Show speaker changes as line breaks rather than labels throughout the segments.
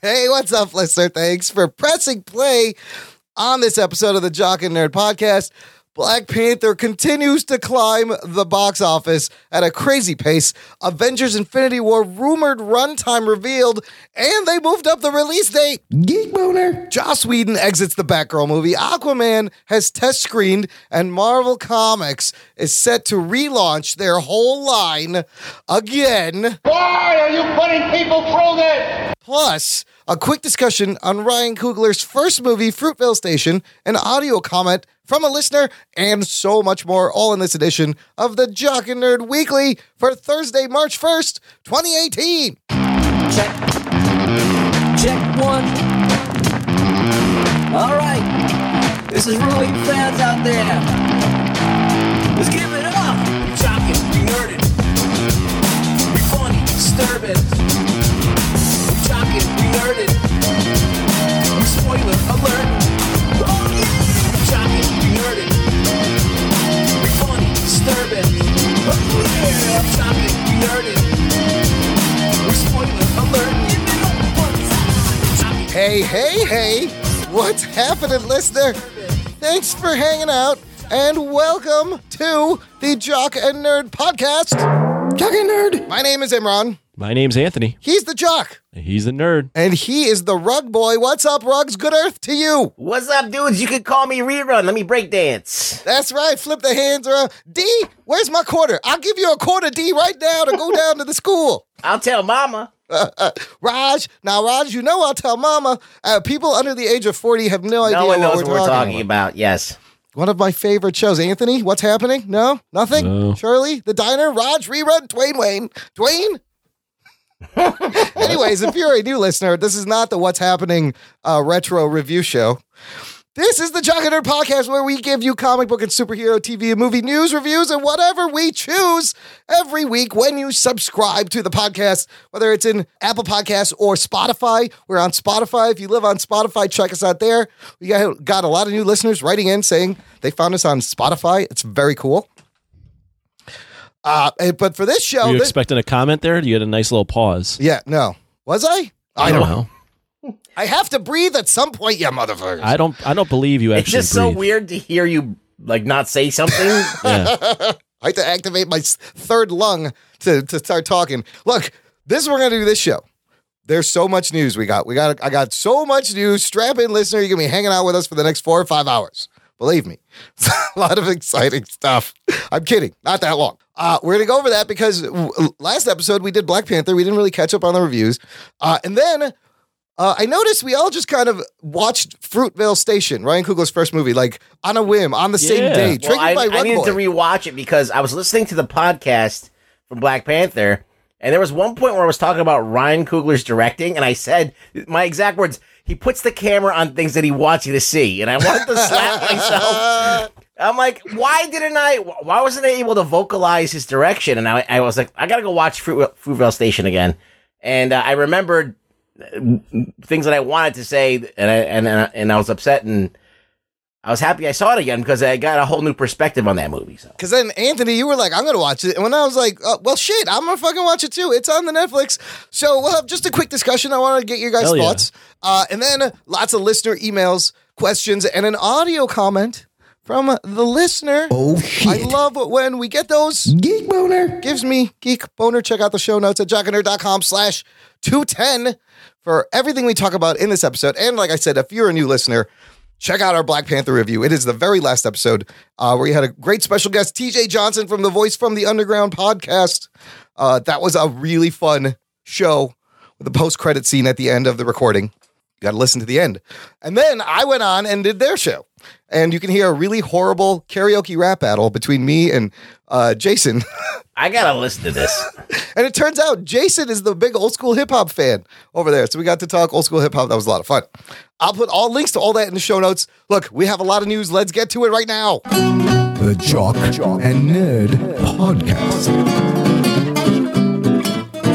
Hey, what's up, listener? Thanks for pressing play on this episode of the Jock and Nerd Podcast. Black Panther continues to climb the box office at a crazy pace. Avengers Infinity War rumored runtime revealed, and they moved up the release date.
Geek boner.
Joss Whedon exits the Batgirl movie. Aquaman has test screened, and Marvel Comics is set to relaunch their whole line again.
Why are you putting people through this?
Plus, a quick discussion on Ryan Coogler's first movie, Fruitvale Station, an audio comment from a listener, and so much more, all in this edition of the Jock and Nerd Weekly for Thursday, March 1st, 2018.
Check. Check one. All right. This is really fans out there. Let's give it up. Be talking, be nerded. Be funny, disturbing. Be talking, be nerded. Be spoiler alert. Oh yeah. Be talking, be nerded. Be funny, disturbing. Oh yeah. Be talking, be nerded. Be spoiler alert. Give it up one time. Be talking,
Hey, hey, hey, what's happening, listener? Thanks for hanging out and welcome to the Jock and Nerd Podcast.
Jock and nerd.
My name is Imran.
My name's Anthony.
He's the Jock,
He's the nerd.
and he is the Rug Boy. What's up, Rugs? Good Earth to you.
What's up, dudes? You can call me Rerun. Let me break dance.
That's right. Flip the hands around. D, where's my quarter? I'll give you a quarter, D, right now to go down to the school.
I'll tell Mama.
Raj, now Raj, you know I'll tell Mama. Uh, people under the age of forty have no, idea
No
what
one knows
we're
what we're
talking about.
talking about. Yes.
One of my favorite shows. Anthony, what's happening? No? Nothing?
No.
Shirley, The Diner, Raj, Rerun, Dwayne Wayne. Dwayne? Anyways, if you're a new listener, this is not the What's Happening uh, retro review show. This is the Jock and Nerd podcast where we give you comic book and superhero TV and movie news reviews and whatever we choose every week when you subscribe to the podcast, whether it's in Apple Podcasts or Spotify. We're on Spotify. If you live on Spotify, check us out there. We got, got a lot of new listeners writing in saying they found us on Spotify. It's very cool. Uh, eh, but for this show,
Were you
thi-
expecting a comment there? You had a nice little pause.
yeah, no. Was I? I
don't
don't.
know.
I have to breathe at some point, you motherfuckers.
I don't. I don't believe you actually.
It's just so
breathe.
weird to hear you like not say something.
Yeah.
I had to activate my s- third lung to, to start talking. Look, this is what we're gonna do this show. There's so much news we got. We got I got so much news. Strap in, listener. You're gonna be hanging out with us for the next four or five hours. Believe me. It's a lot of exciting stuff. I'm kidding. Not that long. Uh, we're gonna go over that because w- last episode we did Black Panther. We didn't really catch up on the reviews. Uh, and then uh, I noticed we all just kind of watched Fruitvale Station, Ryan Coogler's first movie, like on a whim, on the same
Yeah.
day, triggered
well, I,
by
I
Rugboy.
needed to rewatch it because I was listening to the podcast from Black Panther, and there was one point where I was talking about Ryan Coogler's directing, and I said my exact words: "He puts the camera on things that he wants you to see," and I wanted to slap myself. I'm like, why didn't I? Why wasn't I able to vocalize his direction? And I, I was like, I gotta go watch Fruit, Fruitvale Station again, and uh, I remembered uh, things that I wanted to say, and I and and I- and I was upset, and I was happy I saw it again because I got a whole new perspective on that movie. So
Because then Anthony, you were like, "I'm gonna watch it," and when I was like, oh, "Well, shit, I'm gonna fucking watch it too. It's on the Netflix." So we'll have just a quick discussion. I want to get your guys'
Hell yeah.
thoughts, uh, and then lots of listener emails, questions, and an audio comment from the listener.
Oh
I
shit.
love when we get those.
Geek boner.
Gives me geek boner. Check out the show notes at jockandnerd.com slash two ten for everything we talk about in this episode. And like I said, if you're a new listener. Check out our Black Panther review. It is the very last episode uh, where you had a great special guest, TJ Johnson from the Voice from the Underground podcast. Uh, that was a really fun show with the post credit scene at the end of the recording. You got to listen to the end. And then I went on and did their show. And you can hear a really horrible karaoke rap battle between me and uh, Jason.
I gotta listen to this.
And it turns out Jason is the big old school hip hop fan over there. So we got to talk old school hip hop. That was a lot of fun. I'll put all links to all that in the show notes. Look, we have a lot of news. Let's get to it right now.
The Jock and Nerd Podcast.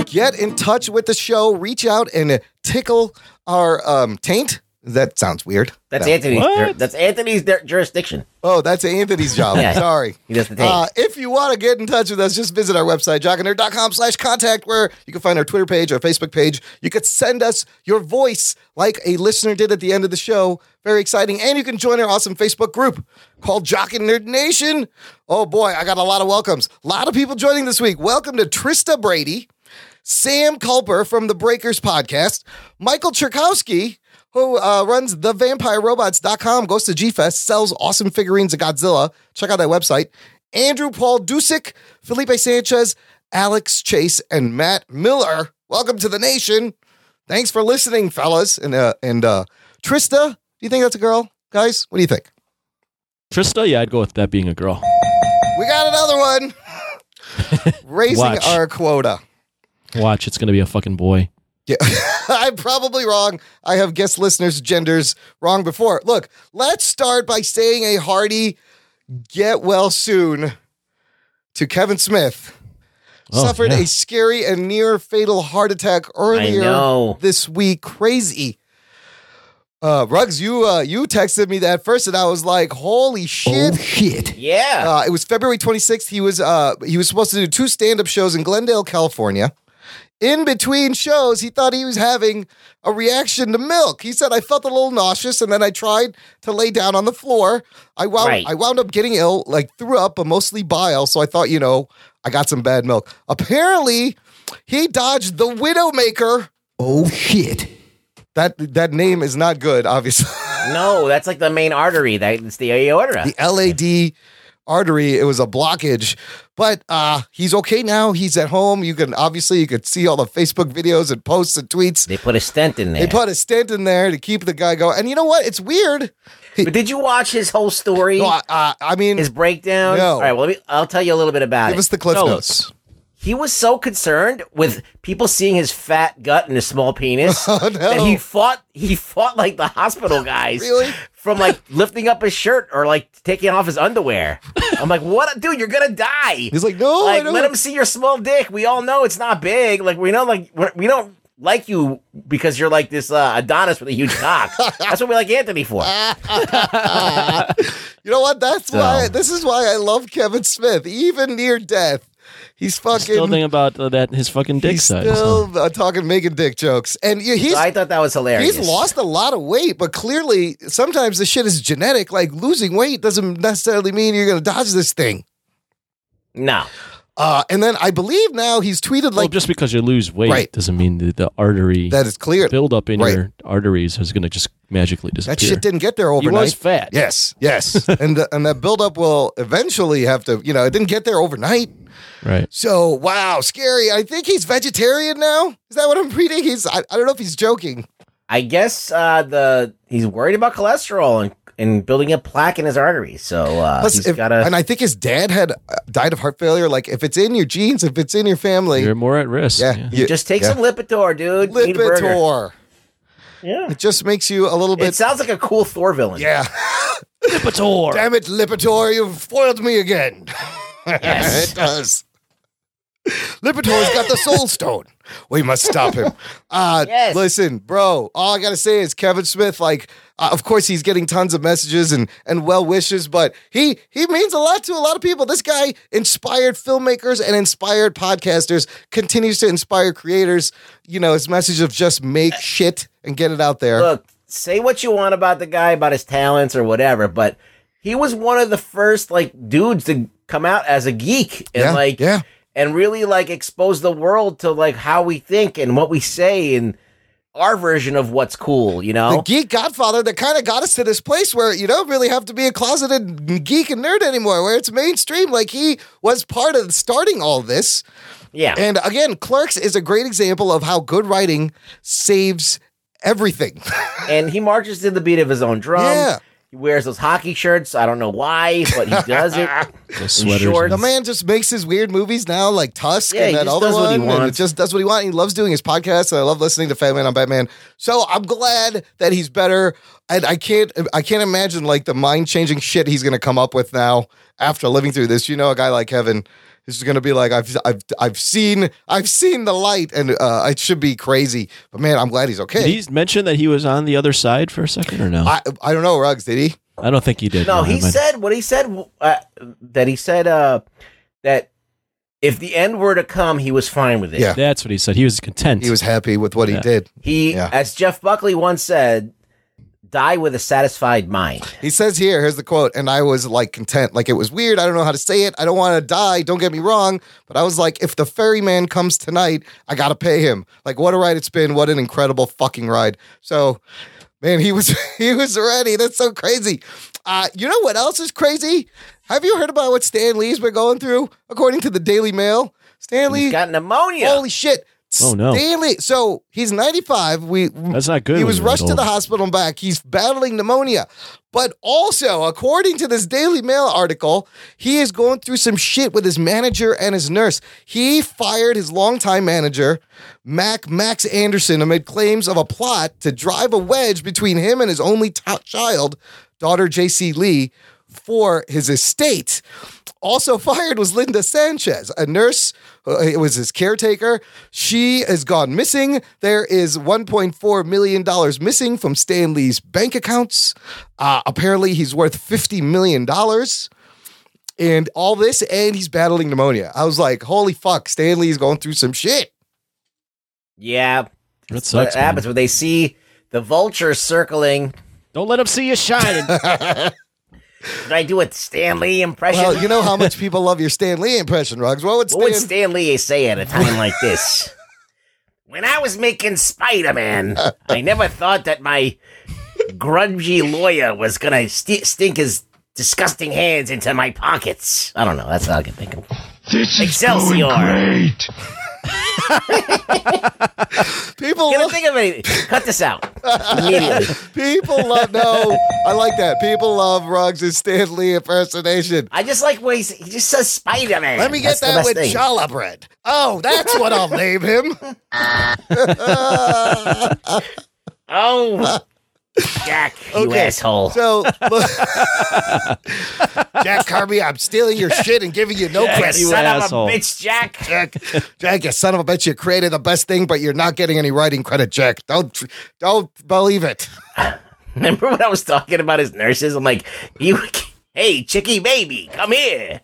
Get in touch with the show. Reach out and tickle our um, taint. That sounds weird.
That's
No.
Anthony's.
What?
jur- That's Anthony's der- jurisdiction.
Oh, that's Anthony's job.
Yeah.
Sorry.
He does the tape.
Uh, if you want to get in touch with us, just visit our website, jockandnerd.com slash contact, where you can find our Twitter page, our Facebook page. You could send us your voice like a listener did at the end of the show. Very exciting. And you can join our awesome Facebook group called Jock and Nerd Nation. Oh boy, I got a lot of welcomes. A lot of people joining this week. Welcome to Trista Brady, Sam Culper from the Breakers podcast, Michael Cherkowski, who uh, runs thevampirerobots.com, goes to G Fest, sells awesome figurines of Godzilla. Check out that website. Andrew Paul Dusick, Felipe Sanchez, Alex Chase, and Matt Miller. Welcome to the nation. Thanks for listening, fellas. And uh, and uh, Trista, do you think that's a girl? Guys, what do you think?
Trista, yeah, I'd go with that being a girl.
We got another one. Raising
Watch.
our quota.
Watch, it's gonna be a fucking boy.
Yeah, I'm probably wrong. I have guessed listeners' genders wrong before. Look, let's start by saying a hearty get well soon to Kevin Smith.
Oh,
Suffered
yeah.
a scary and near fatal heart attack earlier
know.
this week. Crazy. Uh, Ruggs, you uh, you texted me that first, and I was like, "Holy shit!"
Oh shit.
Yeah.
Uh, it was February 26th. He was uh, he was supposed to do two stand up shows in Glendale, California. In between shows, he thought he was having a reaction to milk. He said, "I felt a little nauseous, and then I tried to lay down on the floor. I wound
Right.
I wound up getting ill, like threw up, but mostly bile. So I thought, you know, I got some bad milk. Apparently, he dodged the Widowmaker.
Oh shit.
That that name is not good, obviously."
no, that's like the main artery. That it's the aorta.
Uh, the LAD artery. It was a blockage, but uh, he's okay now. He's at home. You can obviously you could see all the Facebook videos and posts and tweets.
they put a stent in there.
They put a stent in there to keep the guy going. And you know what? It's weird.
but did you watch his whole story?
No, I- uh, I mean,
his breakdown.
No.
All right. Well, let me, I'll tell you a little bit about
give
it.
us the cliff
No.
notes.
he was so concerned with people seeing his fat gut and his small penis
Oh, no.
that he fought. He fought like the hospital guys.
Really?
From like lifting up his shirt or like taking off his underwear. I'm like, what, dude? You're gonna die.
He's like, no, I
like
don't.
let him see your small dick. We all know it's not big. Like we know, like we're, we don't like you because you're like this uh, Adonis with a huge cock. That's what we like Anthony for.
Uh, you know what? That's
So.
why. This is why I love Kevin Smith, even near death. He's
Still
fucking.
thinking about uh, that his fucking dick
He's
size. huh?
still uh, talking, making dick jokes, and yeah, he's
So I thought that was hilarious.
He's lost a lot of weight, but clearly sometimes the shit is genetic. Like losing weight doesn't necessarily mean you're going to dodge this thing.
No,
Uh, and then I believe now he's tweeted
well,
like
just because you lose weight
Right.
doesn't mean that the artery
that is clear.
buildup in
Right.
your arteries is gonna just magically disappear.
That shit didn't get there
he
overnight.
was fat.
yes, yes, and the, and that buildup will eventually have to. You know, it didn't get there overnight.
Right.
So wow, scary. I think he's vegetarian now. Is that what I'm reading? He's I, I don't know if he's joking.
I guess uh, the he's worried about cholesterol and, and building a plaque in his arteries. So uh,
Plus,
he's
if-
got to.
and I think his dad had uh, died of heart failure. Like if it's in your genes, if it's in your family,
You're more at risk.
yeah, you-
Just take
yeah.
some Lipitor, dude. You need a burger.
Lipitor. Yeah. It just makes you a little
It
bit.
sounds like a cool Thor villain.
yeah.
Lipitor.
Damn it, Lipitor, you've foiled me again. it does. Lipitor's got the soul stone. We must stop him. Uh,
Yes.
Listen, bro, all I got to say is Kevin Smith, like, uh, of course, he's getting tons of messages and, and well wishes, but he, he means a lot to a lot of people. This guy inspired filmmakers and inspired podcasters, continues to inspire creators. You know, his message of just make shit and get it out there.
Look, say what you want about the guy, about his talents or whatever, but he was one of the first like dudes to come out as a geek and
Yeah,
like
yeah.
and really like expose the world to like how we think and what we say and our version of what's cool, you know?
the geek godfather that kind of got us to this place where you don't really have to be a closeted geek and nerd anymore, where it's mainstream. Like he was part of starting all this.
yeah.
And again, Clerks is a great example of how good writing saves everything.
and he marches to the beat of his own drum.
Yeah.
He wears those hockey shirts. I don't know why, but he does it.
Those
And
sweaters.
shorts.
the man just makes his weird movies now, like Tusk
Yeah,
and
he
that
just
other
does what he
one. And it
wants.
just does what he wants. He loves doing his podcast, and I love listening to Fat Man on Batman. So I'm glad that he's better. And I can't, I can't imagine like the mind changing shit he's going to come up with now after living through this. You know, a guy like Kevin, It's just gonna be like I've I've I've seen I've seen the light, and uh, it should be crazy. But man, I'm glad he's
Did
okay.
he mention that he was on the other side for a second or no? I,
I I don't know, Ruggs. Did he?
don't think he did.
No,
Never
he
mind.
said what he said uh, that he said uh, that if the end were to come, he was fine with it.
Yeah.
that's what he said. He was content.
He was happy with what he
Yeah.
did.
He,
Yeah.
as Jeff Buckley once said, die with a satisfied mind.
He says here, here's the quote, and I was like content. Like it was weird. I don't know how to say it. I don't want to die. Don't get me wrong. But I was like, if the ferryman comes tonight, I gotta pay him. Like what a ride it's been. What an incredible fucking ride. So man, he was he was ready. That's so crazy. Uh, you know what else is crazy? Have you heard about what Stan Lee's been going through? According to the Daily Mail, Stan Lee
He's got pneumonia.
Holy shit.
Oh, no.
Stanley. So he's 95. We
That's not good
He
when
was
you're that
rushed to
old.
the hospital and back. He's battling pneumonia. But also, according to this Daily Mail article, he is going through some shit with his manager and his nurse. He fired his longtime manager, Mac Max Anderson, amid claims of a plot to drive a wedge between him and his only t- child, daughter JC Lee, for his estate. Also fired was Linda Sanchez, a nurse. uh, It was his caretaker. She has gone missing. There is $1.4 million missing from Stan Lee's bank accounts. Uh, apparently, he's worth $50 million. And all this, and he's battling pneumonia. I was like, holy fuck, Stan Lee's going through some shit.
yeah.
That
What
sucks. man.
happens when they see the vulture circling?
Don't let him see you shining.
Did I do a Stanley impression?
Well, you know how much people love your Stan Lee impression, Ruggs. What would Stan,
what would Stanley say at a time like this? When I was making Spider Man, I never thought that my grungy lawyer was gonna st- stink his disgusting hands into my pockets. I don't know. That's all I can think of.
This is
Excelsior.
going great.
people
Can't
love-
think of anything. Cut this out immediately.
People love no. I like that. People love Ruggs' and Stan Lee impersonation.
I just like when he's, he just says Spider Man.
Let me get that with challah bread. Oh, that's what I'll name him.
Oh, Jack, you
Okay.
asshole.
So, look- Jack Kirby, I'm stealing your shit and giving you no
Jack,
credit.
you
son
asshole.
of a bitch, Jack.
Jack, Jack, you son of a bitch, you created the best thing, but you're not getting any writing credit, Jack. Don't, don't believe it.
Remember when I was talking about his nurses? I'm like, you, hey, chicky baby, come here.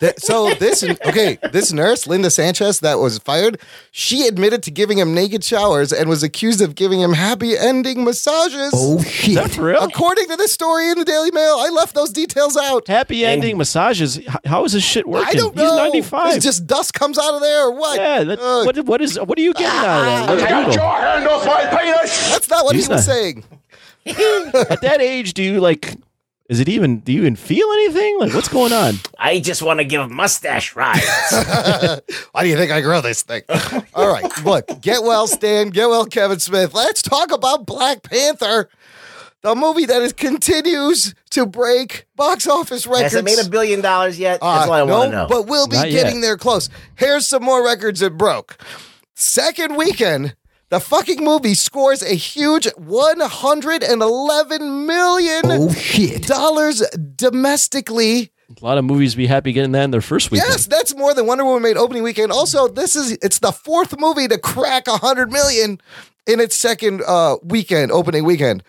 That- so this okay, this nurse Linda Sanchez that was fired, she admitted to giving him naked showers and was accused of giving him happy ending massages.
Oh shit.
For real?
According to this story in the Daily Mail, I left those details out.
Happy ending massages. H- How is this shit working?
I don't know.
He's 95.
It's just uh, dust comes out of there or what?
yeah, that,
Ugh,
what, what is what are you getting out of
Take
that?
out your hand off my penis.
that's not what he
He's
was
not-
saying.
At that age, do you like? Is it even? Do you even feel anything? Like what's going on?
I just want to give mustache rides.
Why do you think I grow this thing? All right, look, get well, Stan. Get well, Kevin Smith. Let's talk about Black Panther, the movie that is continues to break box office records.
Has it made a billion dollars yet? That's
Uh,
all I want
no,
to know.
But we'll be
Not
getting
yet.
there close. Here's some more records it broke. Second weekend, the fucking movie scores a huge $111 million
Oh shit.
domestically.
A lot of movies be happy getting that in their first weekend.
Yes, that's more than Wonder Woman made opening weekend. Also, this is it's the fourth movie to crack 100 million in its second uh, weekend, opening weekend.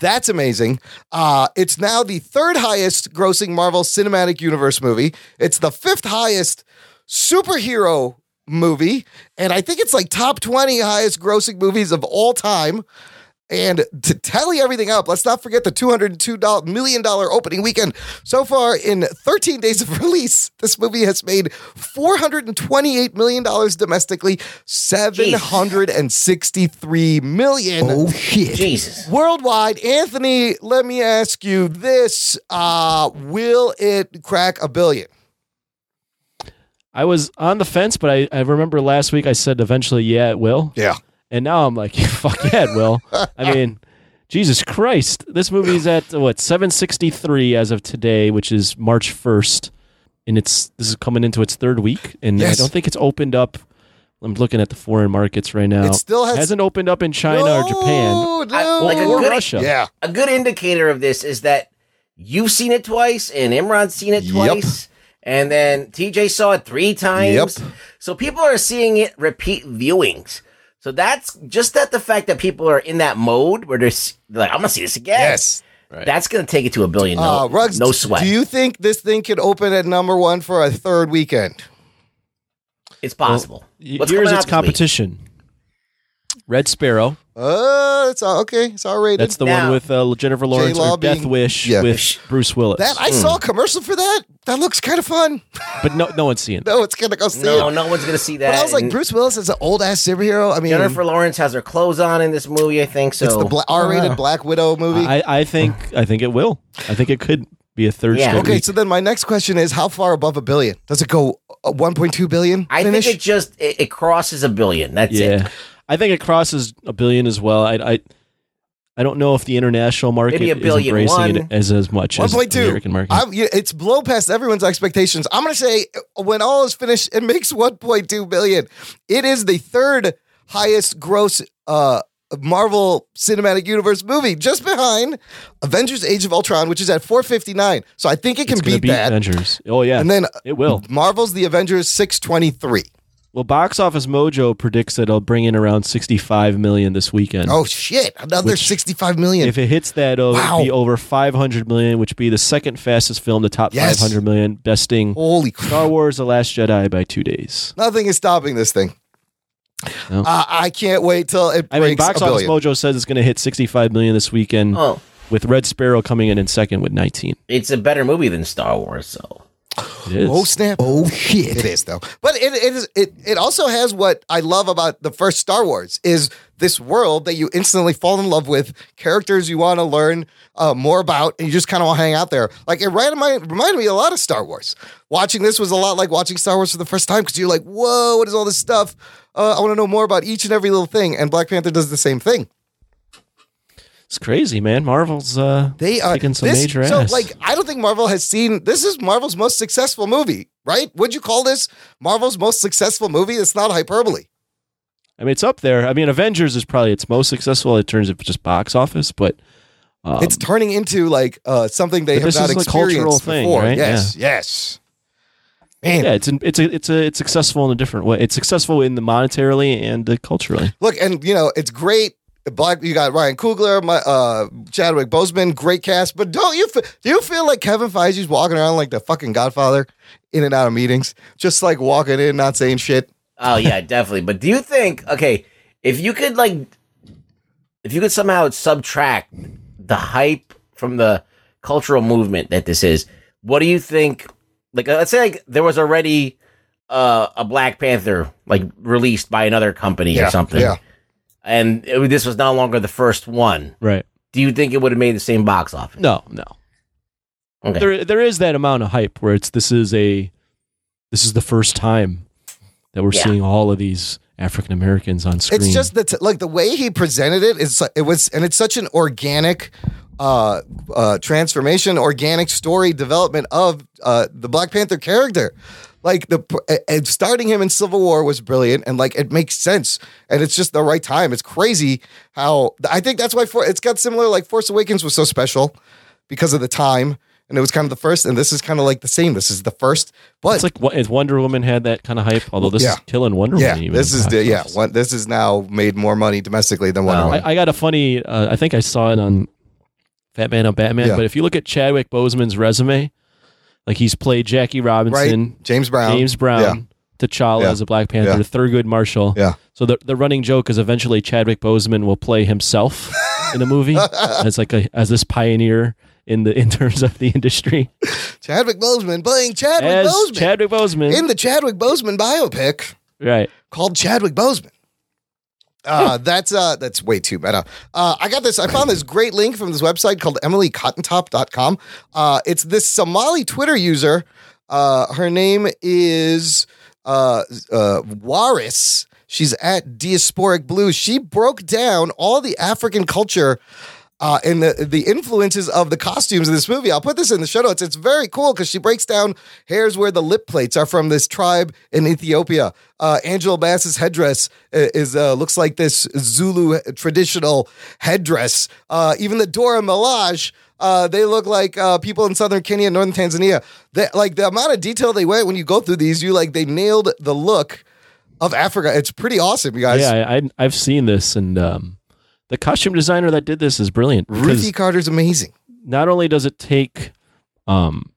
That's amazing. Uh, it's now the third highest grossing Marvel Cinematic Universe movie. It's the fifth highest superhero movie. And I think it's like top 20 highest grossing movies of all time. And to tally everything up, let's not forget the $202 million opening weekend. So far, in 13 days of release, this movie has made $428 million domestically, $763 million
Oh shit.
Jesus.
worldwide. Anthony, let me ask you this: uh, Will it crack a billion?
I was on the fence, but I, I remember last week I said eventually, yeah, it will.
Yeah.
And now I'm like, fuck yeah, it will. I mean, Jesus Christ. This movie's at what, 763 as of today, which is March 1st. And it's this is coming into its third week. And
Yes.
I don't think it's opened up. I'm looking at the foreign markets right now.
It still has-
not opened up in China or Japan
No, no.
Like a
or
good-
Russia.
yeah.
A good indicator of this is that you've seen it twice, and Imran's seen it
Yep.
twice, and then TJ saw it three times.
Yep.
So people are seeing it repeat viewings. So that's just that the fact that people are in that mode where they're, s- they're like, I'm gonna see this again.
Yes.
That's gonna take it to a billion. No,
Uh, Ruggs,
no sweat.
Do you think this thing could open at number one for a third weekend?
it's possible.
Y-
What's
Here's
coming
its
out this week?
competition. Red Sparrow.
Uh, it's all, okay. It's all rated.
That's the
Now-
one with uh, Jennifer Lawrence
J-Law
or Death
being-
Wish
Yeah.
with Bruce Willis.
that I saw a commercial for that. That looks kind of fun.
but no, no one's seeing. it.
no, it's gonna go see
No,
it.
no one's gonna see that.
But I was like,
and
Bruce Willis is an old ass superhero. I mean,
Jennifer Lawrence has her clothes on in this movie. I think so.
it's the bla- R-rated Black Widow movie.
I, I think I think it will. I think it could be a third
Yeah.
straight
okay,
week.
so then my next question is, how far above a billion does it go? uh, 1.2 billion?
I think
finish?
it just it, it crosses a billion. That's it.
Yeah, I think it crosses a billion as well. I I, I don't know if the international market
Maybe a billion
is embracing
one.
it as as much as the
1.2.
American market.
I'm, yeah, it's blown past everyone's expectations. I'm going to say uh, when all is finished, it makes 1.2 billion. It is the third highest gross uh, Marvel Cinematic Universe movie, just behind Avengers: Age of Ultron, which is at 459. So I think it can
It's gonna
beat, that.
Avengers. Oh yeah,
And then
it will.
Marvel's The Avengers 623.
Well, Box Office Mojo predicts that it'll bring in around sixty-five million this weekend.
Oh shit! Another
Which-
65 million.
If it hits that, it'll
Wow.
be over 500 million, which would be the second fastest film to top
Yes. Oh.
500 million, besting
Holy crap!
Star Wars: The Last Jedi by two days.
Nothing is stopping this thing.
No.
Uh, I can't wait till it
I
breaks
mean, Box
a
Office
billion.
Mojo says it's going to hit 65 million this weekend,
Oh,
with Red Sparrow coming in in second with 19.
it's a better movie than Star Wars. So
It is.
Oh snap!
Oh shit.
It is though, but it it is it it also has what I love about the first Star Wars is this world that you instantly fall in love with, characters you want to learn uh, more about, and you just kind of want to hang out there. Like it reminded, reminded me a lot of Star Wars. Watching this was a lot like watching Star Wars for the first time because you're like, whoa, what is all this stuff? Uh, I want to know more about each and every little thing, and Black Panther does the same thing.
It's crazy, man. Marvel's uh,
They are
taking some
this-
major
so,
ass.
Like I don't think Marvel has seen this is Marvel's most successful movie, right? Would you call this Marvel's most successful movie? It's not hyperbole.
I mean, it's up there. I mean, Avengers is probably its most successful in terms of just box office, but um,
it's turning into like uh, something they
But
have
this
not
is a
experienced
cultural thing,
before.
right?
Yes, yes. Man,
yeah, it's an, it's a, it's a, it's successful in a different way. It's successful in the monetarily and uh, culturally.
look, and you know it's great. Black, you got Ryan Coogler, my, uh, Chadwick Boseman, great cast. But don't you fe- do you feel like Kevin Feige's walking around like the fucking Godfather, in and out of meetings, just like walking in, not saying shit?
oh yeah, definitely. But do you think okay if you could like if you could somehow subtract the hype from the cultural movement that this is, what do you think? Like uh, let's say like there was already uh, a Black Panther like released by another company
Yeah,
or something,
yeah.
and it, this was no longer the first one.
Right.
Do you think it would have made the same box office?
No, no.
Okay.
There, there is that amount of hype where it's this is a, this is the first time that we're
Yeah.
seeing all of these African Americans on screen.
It's just that like the way he presented it is it was and it's such an organic uh uh transformation, organic story development of uh the Black Panther character. Like the pr- uh, uh, starting him in Civil War was brilliant and like it makes sense and it's just the right time. It's crazy how I think that's why for it's got similar like Force Awakens was so special because of the time and it was kind of the first and this is kind of like the same. This is the first, but
It's like what- if Wonder Woman had that kind of hype, although this
Yeah.
is killing Wonder
yeah,
Woman. Even
this
in
is
box
the, yeah.
office.
One, this is now made more money domestically than Wonder
Wow.
Woman.
I, I got a funny. Uh, I think I saw it on Fat Man on Batman.
Yeah.
But if you look at Chadwick Boseman's resume, like he's played Jackie Robinson,
right? James Brown.
James Brown, T'Challa
Yeah.
as a Black Panther,
Yeah.
Thurgood Marshall.
Yeah.
So the the running joke is eventually Chadwick Boseman will play himself in the movie as like a as this pioneer in the in terms of the industry
Yeah. Chadwick Boseman playing Chadwick
as
Boseman
Chadwick Boseman.
in the Chadwick Boseman biopic
right.
called Chadwick Boseman. Uh, that's uh, that's way too meta. Uh, I got this. I found this great link from this website called emilycottentop.com. Uh, it's this Somali Twitter user. Uh, her name is uh, uh, Waris. She's at Diasporic Blues. She broke down all the African culture uh, and the the influences of the costumes in this movie. I'll put this in the show notes. It's very cool because she breaks down here's where the lip plates are from this tribe in Ethiopia. Uh, Angela Bass's headdress i- is uh, looks like this Zulu traditional headdress. Uh, even the Dora Milaje. Uh, they look like uh, people in southern Kenya and northern Tanzania. That like the amount of detail they went when you go through these, you like they nailed the look of Africa. It's pretty awesome, you guys.
Yeah, I, I, I've seen this, and um, the costume designer that did this is brilliant. because-
Ruthie Carter's amazing.
not only does it take um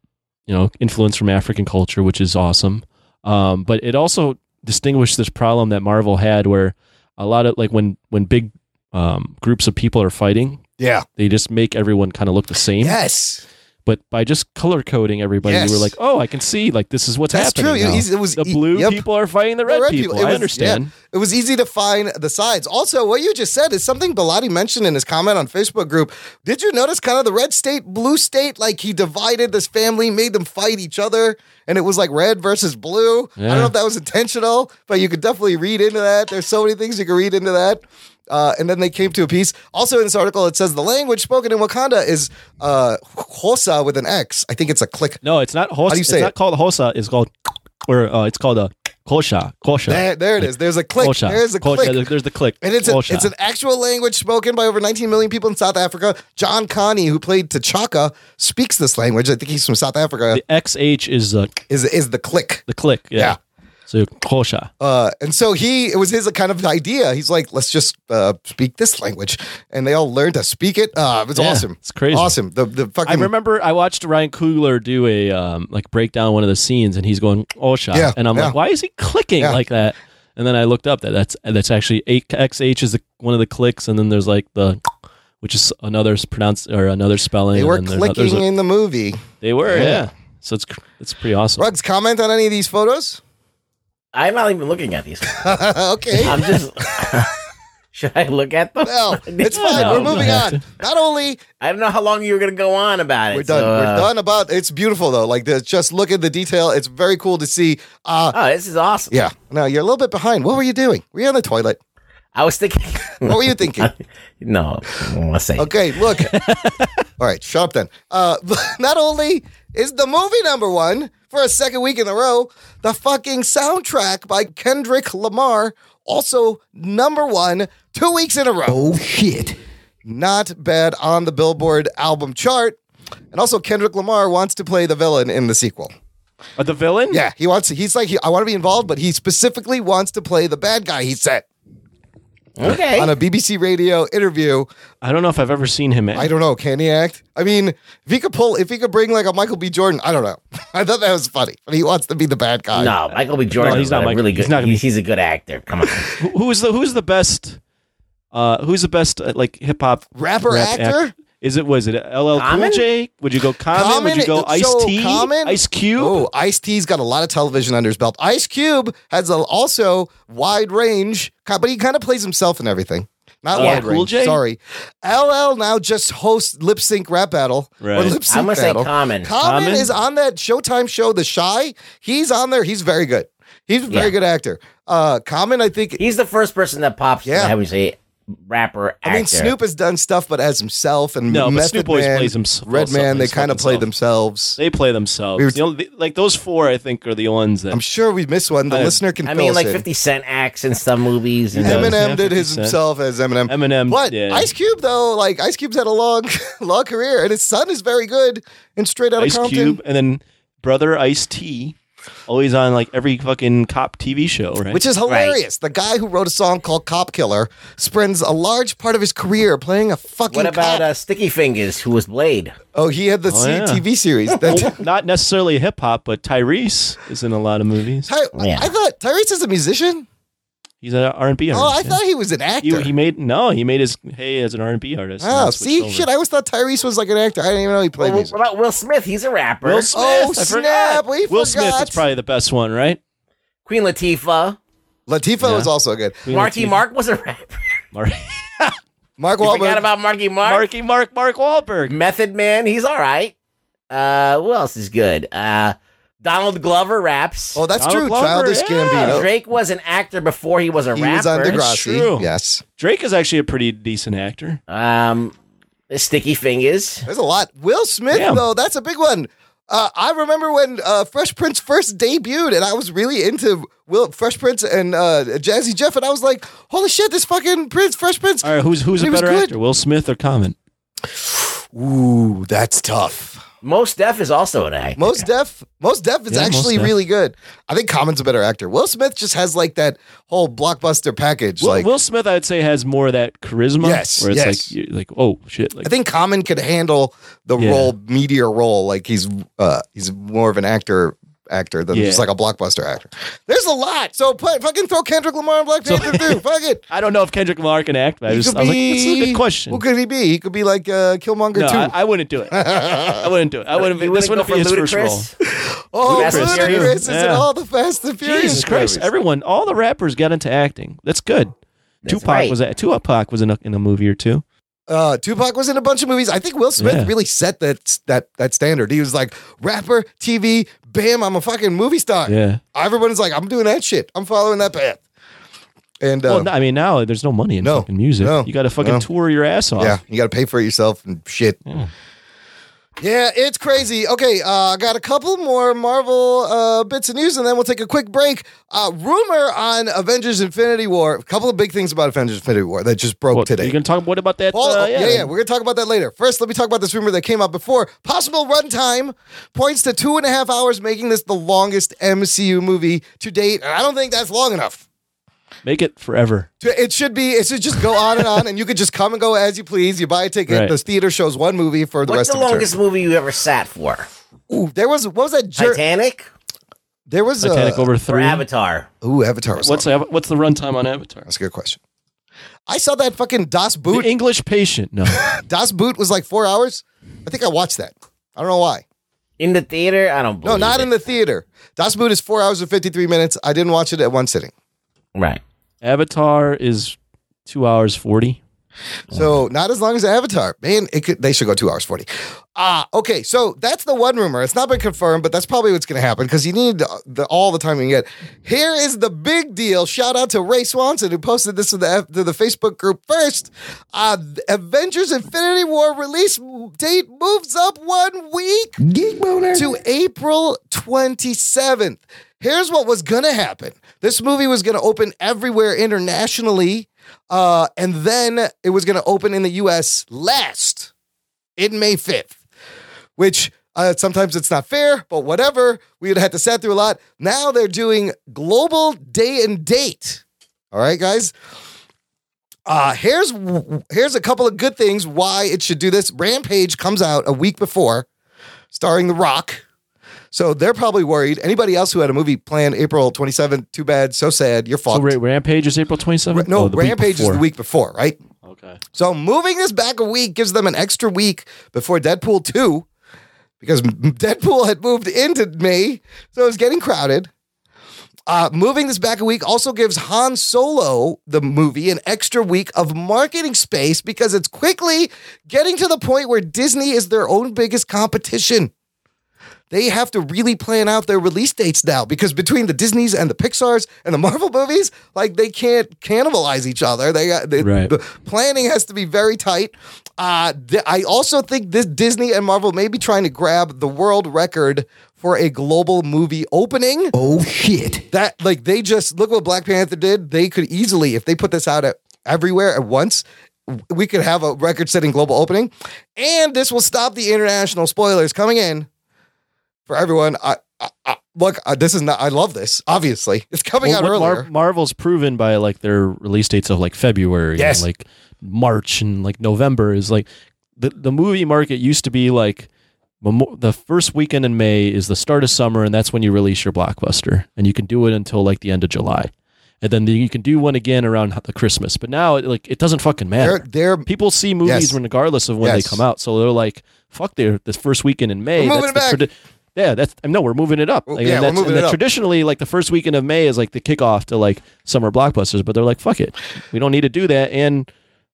you know influence from african culture which is awesome um but it also distinguished this problem that marvel had where a lot of like when when big um groups of people are fighting
Yeah.
they just make everyone kind of look the same
Yes.
but by just color coding everybody
Yes.
you were like oh i can see like this is what's
That's
happening
true.
now.
It- it was- e
the blue
yep.
people are fighting the red,
Red
people,
It
i
was-
understand
yeah. it was easy to find the sides. Also, what you just said is something Bilotti mentioned in his comment on Facebook group. Did you notice kind of the red state, blue state? Like he divided this family, made them fight each other, and it was like red versus blue. I don't
Yeah.
know if that was intentional, but you could definitely read into that. There's so many things you can read into that. Uh, and then they came to a piece. Also, in this article, it says the language spoken in Wakanda is uh, Xhosa with an X. I think it's a click.
no it's not hosa
do you
it's
say
not
it?
called hosa it's called or uh, it's called a kosha kosha
There, there it is. There's a click.
Kosha.
There's a
Kosha.
click.
There- There's the click.
And it's, a,
Kosha.
it's an actual language spoken by over 19 million people in South Africa. John Connie, who played T'Chaka, speaks this language. I think he's from South Africa.
the XH is the
Is is the click?
the click. Yeah.
Yeah.
So kosha.
Uh, and so he, it was his kind of idea. He's like, let's just uh, speak this language, and they all learned to speak it. Uh, it was
Yeah,
awesome.
it's crazy.
Awesome. The the fucking.
I remember I watched Ryan Coogler do a um, like breakdown one of the scenes, and he's going kosha,
Yeah,
and I'm
yeah.
like, why is he clicking
Yeah.
like that? And then I looked up that that's that's actually eight, XH is the, one of the clicks, and then there's like the which is another s- pronounced or another spelling.
they
and
were
then there's a-
clicking
there's a-
in the movie.
they were,
Yeah.
yeah. So it's cr- it's pretty awesome.
Rugs, comment on any of these photos.
I'm not even looking at these.
okay.
I'm just. Should I look at them?
No, it's fine.
No,
We're
you don't
moving
have
on. Not only
I don't know how long you were going to go on about it.
We're done.
so,
We're
uh,
done about. It's beautiful though. Like the, just look at the detail. It's very cool to see. Uh
Oh, this is awesome.
yeah. Now you're a little bit behind. What were you doing? Were you on the toilet?
I was thinking.
What were you thinking?
no, I don't want to say. it.
Okay, look. All right, shut up then. Uh, not only is the movie number one for a second week in a row, the fucking soundtrack by Kendrick Lamar also number one two weeks in a row.
Oh shit.
Not bad on the Billboard album chart. And also, Kendrick Lamar wants to play the villain in the sequel.
Uh, the villain?
Yeah, he wants. He's like, he, I want to be involved, but he specifically wants to play the bad guy. He said
Okay.
on a BBC radio interview.
I don't know if I've ever seen him.
I don't know. Can he act? I mean, if he could pull, if he could bring like a Michael B. Jordan, I don't know. I thought that was funny, but he wants to be the bad guy.
no, Michael B. Jordan.
No, he's
is
not
a
Michael-
Really good.
he's
He's,
not gonna be-
he's a good actor. Come on.
Who- who is the who's the best? Uh, who's the best uh, like hip hop
Rapper,
rap
actor.
act- Is it was it LL Cool
Common?
J? Would you go Common? Would you go
so
Ice T?
Common-
Ice Cube?
Oh, Ice T's got a lot of television under his belt. Ice Cube has a, also wide range, ki- but he kind of plays himself in everything. Not
Oh,
wide
Cool
range.
J?
Sorry, LL now just hosts lip sync rap battle or
Right.
lip sync
I'm gonna say
battle.
Common.
Common.
Common?
is on that Showtime show, The Shy. He's on there. He's very good. He's a very
Yeah.
good actor. Uh, Common, I think.
He's the first person that pops.
Yeah.
Yeah. How we say rapper actor.
I mean, Snoop has done stuff, but as himself and
No, but
Method
Snoop always
Man,
plays himself-
Red Man, they
himself
kind of play
himself.
themselves.
They play themselves.
We were-
The only- like those four, I think, are the ones that.
I'm sure we missed one. The
I-
listener can.
I
fill
mean,
us
like
in.
50 Cent acts in some movies. And
Yeah.
Eminem
Yeah,
did his
50 Cent.
himself as Eminem.
Eminem,
but
yeah.
Ice Cube though, like Ice Cube's had a long, long career, and his son is very good and straight out of
Ice
Compton.
Cube, and then brother Ice T, always on like every fucking cop TV show, right?
Which is hilarious. The guy who wrote a song called Cop Killer spends a large part of his career playing a fucking
What about
cop.
uh, Sticky Fingers, who was Blade?
oh, he had the
Oh, yeah.
CTV series. That,
not necessarily hip hop, but Tyrese is in a lot of movies.
Ty-
Yeah.
I thought Tyrese is a musician.
He's an R and B artist.
Oh, I
yeah.
thought he was an actor.
he, he made no, he made his hey as an R and B artist. and
oh,
then switched
see,
over.
shit, I always thought Tyrese was like an actor. I didn't even know he played
Well,
music.
what about Will Smith? He's a rapper.
Will Smith.
Oh,
I forgot.
snap, we
Will Smith
forgot.
is probably the best one, right?
Queen Latifah.
Latifah
Yeah.
was also good.
Queen
Marky
Latifah.
Mark was a rapper.
Mar-
Mark
You
Wahlberg.
forgot about Marky Mark.
Marky Mark, Mark Wahlberg.
Method Man. He's all right. Uh, who else is good? Uh, Donald Glover raps. Uh,
oh, that's
Donald
true.
Glover,
Childish
yeah.
Gambino.
Drake was an actor before he was a
He was on
rapper.
Degrassi.
true.
Yes.
Uh, Drake is actually a pretty decent actor.
um, The sticky fingers.
There's a lot. Will Smith,
Damn.
though, that's a big one. Uh, I remember when uh, Fresh Prince first debuted, and I was really into Will Fresh Prince and uh, Jazzy Jeff, and I was like, "Holy shit, this fucking Prince, Fresh Prince!"
All right, who's who's
He
a
was
better
good.
actor, Will Smith or Common?
Ooh, that's tough.
Most Def is also an act.
Most Def, Most Def is
Yeah, Mos
actually
Def.
really good. I think Common's a better actor. Will Smith just has like that whole blockbuster package.
Will,
like,
Will Smith, I would say, has more of that charisma.
Yes,
where it's
yes.
like you're like oh shit, like
I think Common could handle the
Yeah.
role, meteor role. Like he's uh, he's more of an actor actor than
Yeah.
just like a blockbuster actor. There's a lot. So put, fucking throw Kendrick Lamar and Black
So-
Panther too. Fuck it.
I don't know if Kendrick Lamar can act, but I,
He
just,
could
I was like, that's a good question.
Who could he be? He could be like uh, Killmonger
no,
too.
I, I wouldn't do it. I wouldn't do it. I wouldn't. Be,
You
this
wouldn't
Uh, wouldn't
go
be his
for
first role.
Ludacris?
oh,
Fast and
Ludacris
Furious.
is in
Yeah.
all the Fast and Furious.
Jesus Christ!
movies.
Everyone, all the rappers got into acting. That's good. Tupac
right.
was a, Tupac was in a, in a movie or two.
Uh, Tupac was in a bunch of movies. I think Will Smith
Yeah.
really set that that that standard. He was like rapper, TV, bam, I'm a fucking movie star.
Yeah.
Everyone's like, I'm doing that shit. I'm following that path. And uh,
well, no, I mean, now there's no money in
no,
fucking music.
no,
you got to fucking
no.
tour your ass off.
Yeah, you got to pay for it yourself and shit. Yeah. it's crazy. Okay, uh, I got a couple more Marvel uh, bits of news, and then we'll take a quick break. Uh, rumor on Avengers: Infinity War. A couple of big things about Avengers: Infinity War that just broke
What,
today.
You gonna talk? What about that?
Paul-
uh,
oh, yeah, yeah, we're gonna talk about that later. First, let me talk about this rumor that came out before. Possible runtime points to two and a half hours, making this the longest MCU movie to date. And I don't think that's long enough.
Make it forever.
To- It should be. It should just go on and on, and you could just come and go as you please. You buy a ticket.
Right.
The theater shows one movie for the
What's
rest
the
of the
longest movie you ever sat for?
Ooh, there was what was that? Jer-
Titanic
there was
Titanic
uh,
over
or
three.
Avatar?
Ooh, Avatar was.
What's
long.
Ava- what's the runtime on Avatar?
That's a good question. I saw that fucking Das
The
Boot.
English Patient. No,
Das Boot was like four hours. I think I watched that. I don't know why.
In the theater? I don't
No,
believe
not in the theater. Das Boot is four hours and fifty three minutes. I didn't watch it at one sitting.
the Right.
Avatar is two hours forty.
So not as long as Avatar. Man, it could they should go two hours forty. Ah, okay. So that's the one rumor. It's not been confirmed, but that's probably what's gonna happen because you need the, the, all the time you can get. Here is the big deal. Shout out to Ray Swanson who posted this to the F- to the Facebook group first. Uh Avengers Infinity War release date moves up one week
Geek boner.
to April 27th. Here's what was going to happen this movie was going to open everywhere internationally, uh, and then it was going to open in the US last in May 5th, which. Uh, sometimes it's not fair, but whatever. We would have to sat through a lot. Now they're doing global day and date. All right, guys. Uh, here's here's a couple of good things why it should do this. Rampage comes out a week before, starring The Rock. So they're probably worried. Anybody else who had a movie planned April 27th, too bad, so sad, you're fucked.
So Ra- Rampage is April Oh, twenty seventh.
no, Rampage is the week before, right?
Okay.
So moving this back a week gives them an extra week before Deadpool 2 because M- Deadpool had moved into May, so it was getting crowded. Uh, moving this back a week also gives Han Solo, the movie, an extra week of marketing space because it's quickly getting to the point where Disney is their own biggest competition. They have to really plan out their release dates now because between the Disneys and the Pixars and the Marvel movies, like they can't cannibalize each other. They, got- they
Right.
the planning has to be very tight. Uh, th- I also think this Disney and Marvel may be trying to grab the world record for a global movie opening
oh shit.
that like they just look what Black Panther did. They could easily, if they put this out at everywhere at once, w- we could have a record-setting global opening, and this will stop the international spoilers coming in for everyone. I, I, I look, I, this is not. I love this. Obviously, it's coming
Well,
out
what Mar-
earlier.
Marvel's proven by like their release dates of like February
Yes.
and like March and like November is like the the movie market used to be like memo- the first weekend in May is the start of summer and that's when you release your blockbuster and you can do it until like the end of July. And then the, you can do one again around the Christmas. But now it, like it doesn't fucking matter.
They're, they're
People see
Yes.
movies regardless of when
Yes.
they come out. So they're like fuck they're this first weekend in May
We're moving
that's
it
the tradi- yeah, that's I mean, no, we're moving it up.
Well,
Like,
yeah,
and
we're
that's,
moving
and
it
that
up.
Traditionally, like the first weekend of May is like the kickoff to like summer blockbusters, but they're like, fuck it, we don't need to do that. And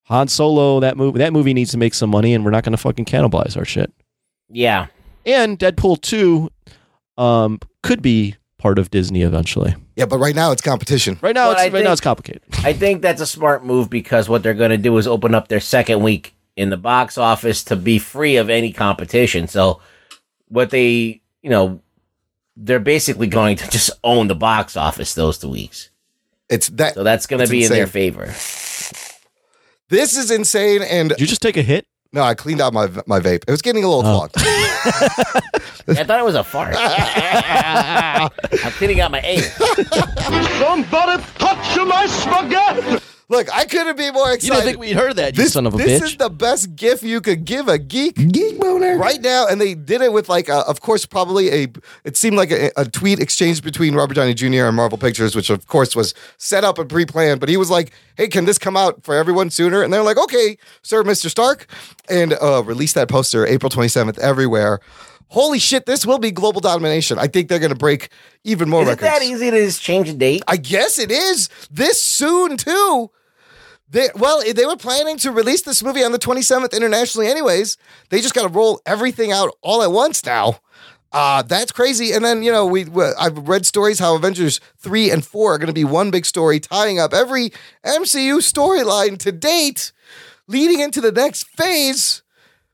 Han Solo, that movie, that movie needs to make some money, and we're not going to fucking cannibalize our shit.
Yeah.
And Deadpool two, um, could be part of Disney eventually.
yeah, but right now it's competition.
Right now,
Well,
it's
I
right now
think-
it's complicated.
I think that's a smart move because what they're going to do is open up their second week in the box office to be free of any competition. So what they, you know, they're basically going to just own the box office those two weeks.
It's that
So that's going to
It's
be in their
insane.
favor.
this is insane. And
Did you just take a hit?
no, I cleaned out my my vape. It was getting a little
Oh.
clogged.
I thought it was a fart. I'm cleaning out my eight.
Somebody touch my spaghetti!
Look, I couldn't be more
You
excited.
didn't think we'd heard that, you
this,
son of a
this
bitch.
is the best gift you could give a geek
Geek boner.
right now, and they did it with like, a, of course, probably a. It seemed like a, a tweet exchange between Robert Downey Jr. and Marvel Pictures, which of course was set up and pre-planned. But he was like, "Hey, can this come out for everyone sooner?" And they're like, "Okay, sir, Mister Stark," and uh, release that poster April twenty seventh everywhere. Holy shit, this will be global domination. I think they're going to break even more
Is it
records.
that easy to just change a date?
I guess it is this soon too. They, well, they were planning to release this movie on the 27th internationally, anyways. They just got to roll everything out all at once now. Uh, that's crazy. And then you know we, we I've read stories how Avengers three and four are going to be one big story, tying up every MCU storyline to date, leading into the next phase.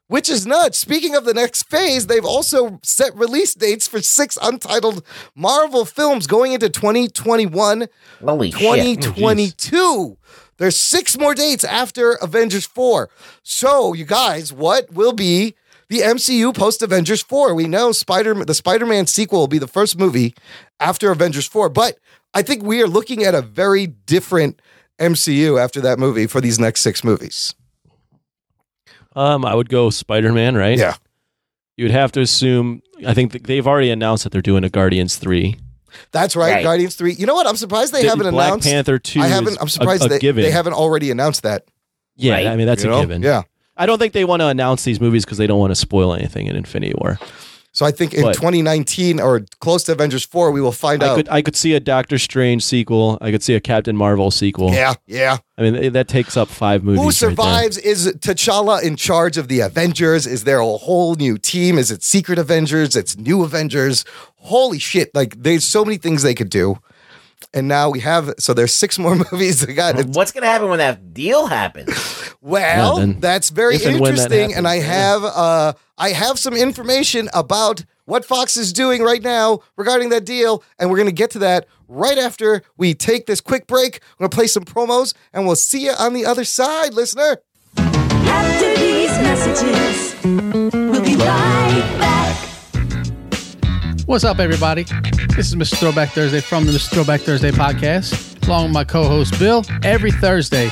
Which is nuts. Speaking of the next phase, they've also set release dates for six untitled Marvel films going into 2021
Holy shit.
2022. There's six more dates after Avengers 4. So, you guys, what will be the MCU post Avengers 4? We know Spider the Spider-Man sequel will be the first movie after Avengers 4, but I think we are looking at a very different MCU after that movie for these next six movies.
Um, I would go Spider Man, right?
Yeah.
You would have to assume. I think th- they've already announced that they're doing a Guardians three.
That's right,
Right.
Guardians 3. You know what? I'm surprised they
Th-
haven't
Black
announced
Panther two.
I
is
haven't I'm
a-
surprised
a
they,
given.
they haven't already announced that.
Yeah,
Right.
I mean that's
you
a
know?
given.
Yeah.
I don't think they want to announce these movies because they don't want to spoil anything in Infinity War.
So I think in
But-
2019 or close to Avengers 4, we will find
I
out.
could I could see a Doctor Strange sequel. I could see a Captain Marvel sequel.
yeah, yeah.
I mean th- that takes up five movies.
Who
oh. right there.
survives? is T'Challa in charge of the Avengers? Is there a whole new team? Is it Secret Avengers? It's New Avengers. Holy shit! Like there's so many things they could do, and now we have. So there's six more movies. They got it.
What's going to happen when that deal happens?
Well,
Yeah, then.
that's very
If and when that
interesting, and I
happens, yeah.
have uh, I have some information about what Fox is doing right now regarding that deal, and we're gonna get to that right after we take this quick break. We're gonna play some promos, and we'll see you on the other side, listener.
After these messages, we'll be right back.
What's up, everybody? This is Mr. Throwback Thursday from the Mr. Throwback Thursday podcast. Along with my co host Bill, every Thursday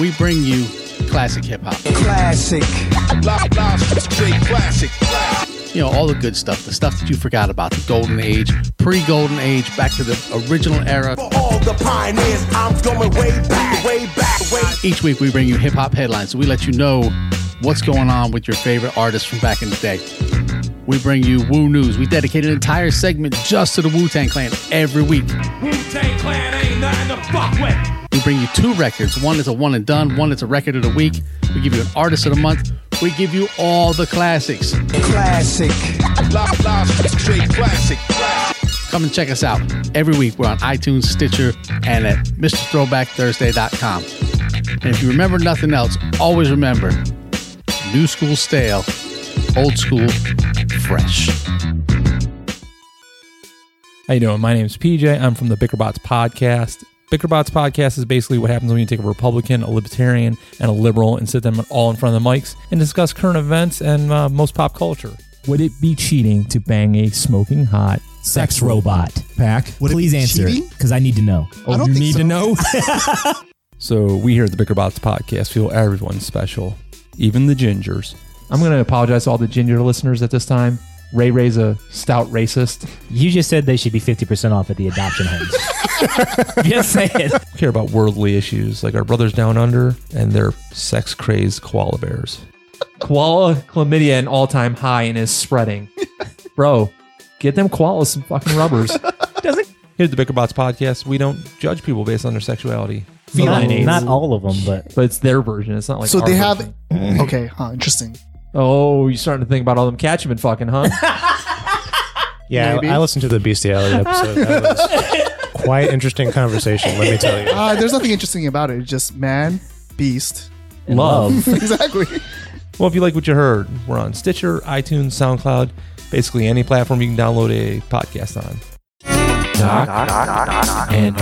we bring you classic hip hop.
Classic. straight classic.
You know, all the good stuff, the stuff that you forgot about, the golden age, pre golden age, back to the original era.
For all the pioneers, I'm going way back, way back, way
Each week we bring you hip hop headlines. So we let you know what's going on with your favorite artists from back in the day. We bring you Woo News. We dedicate an entire segment just to the Wu Tang Clan every week.
Wu-Tang Clan ain't nothing to fuck with.
We bring you two records. One is a one and done, one is a record of the week. We give you an artist of the month. We give you all the classics.
classic. straight classic.
Come and check us out. Every week we're on iTunes, Stitcher, and at MrThrowbackThursday.com. And if you remember nothing else, always remember new school stale, old school fresh.
How you doing? My name is PJ. I'm from the Bickerbots podcast. Bickerbots podcast is basically what happens when you take a Republican, a Libertarian, and a Liberal and sit them all in front of the mics and discuss current events and uh, most pop culture. Would it be cheating to bang a smoking hot sex robot? Pack.
Please answer, because I need to know.
Oh,
I don't think so.
know. so we here at the Bickerbots podcast feel everyone's special, even the gingers. I'm going to apologize to all the ginger listeners at this time. Ray Ray's a stout racist.
You just said they should be 50% off at the adoption homes. just say it.
care about worldly issues like our brothers down under and their sex crazed koala bears. koala chlamydia an all time high and is spreading. Bro, get them koalas some fucking rubbers. Doesn't Here's the Bickerbots podcast. We don't judge people based on their sexuality.
Not, not all of them, but
But it's their version. It's not like
So
our
they have-
version.
Okay, huh, interesting.
Oh, you're starting to think about all them catchment fucking, huh?
yeah, I listened to the bestiality episode. That was quite interesting conversation, let me tell you.
Uh, there's nothing interesting about it. It's just man, beast.
Love.
exactly.
Well, if you like what you heard, we're on Stitcher, iTunes, SoundCloud, basically any platform you can download a podcast on.
and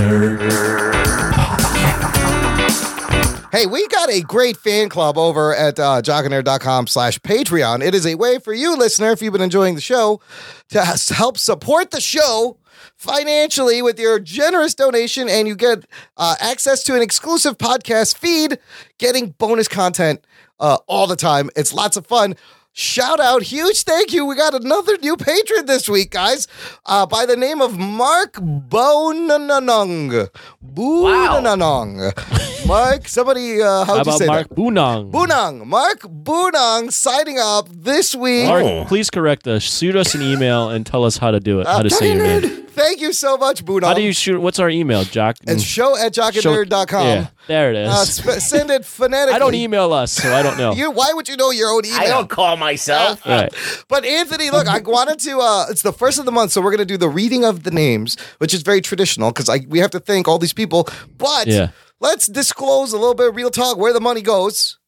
Hey, we got a great fan club over at uh, jockandnerd.com slash Patreon. It is a way for you, listener, if you've been enjoying the show, to h- help support the show financially with your generous donation, and you get uh, access to an exclusive podcast feed, getting bonus content uh, all the time. It's lots of fun. Shout out, huge thank you. We got another new patron this week, guys, uh, by the name of Mark Bonanong. Bonanong. Mark, somebody, uh,
How
how'd you
about
say
Mark
that?
Bunong?
Bunang. Mark Bunang signing up this week.
Mark, please correct us. Shoot us an email and tell us how to
Uh,
do it. How to say your name.
Thank you so much, Bunang.
How do you shoot? What's our email, Jock?
It's show at jockandnerd.com.
Yeah, there it is.
Uh, sp- send it phonetically.
I don't email us, so I don't know.
You, why would you know your own email?
I don't call myself.
All right.
But Anthony, look, I wanted to. Uh, it's the first of the month, so we're going to do the reading of the names, which is very traditional because we have to thank all these people. But
Yeah.
let's disclose a little bit of real talk where the money goes.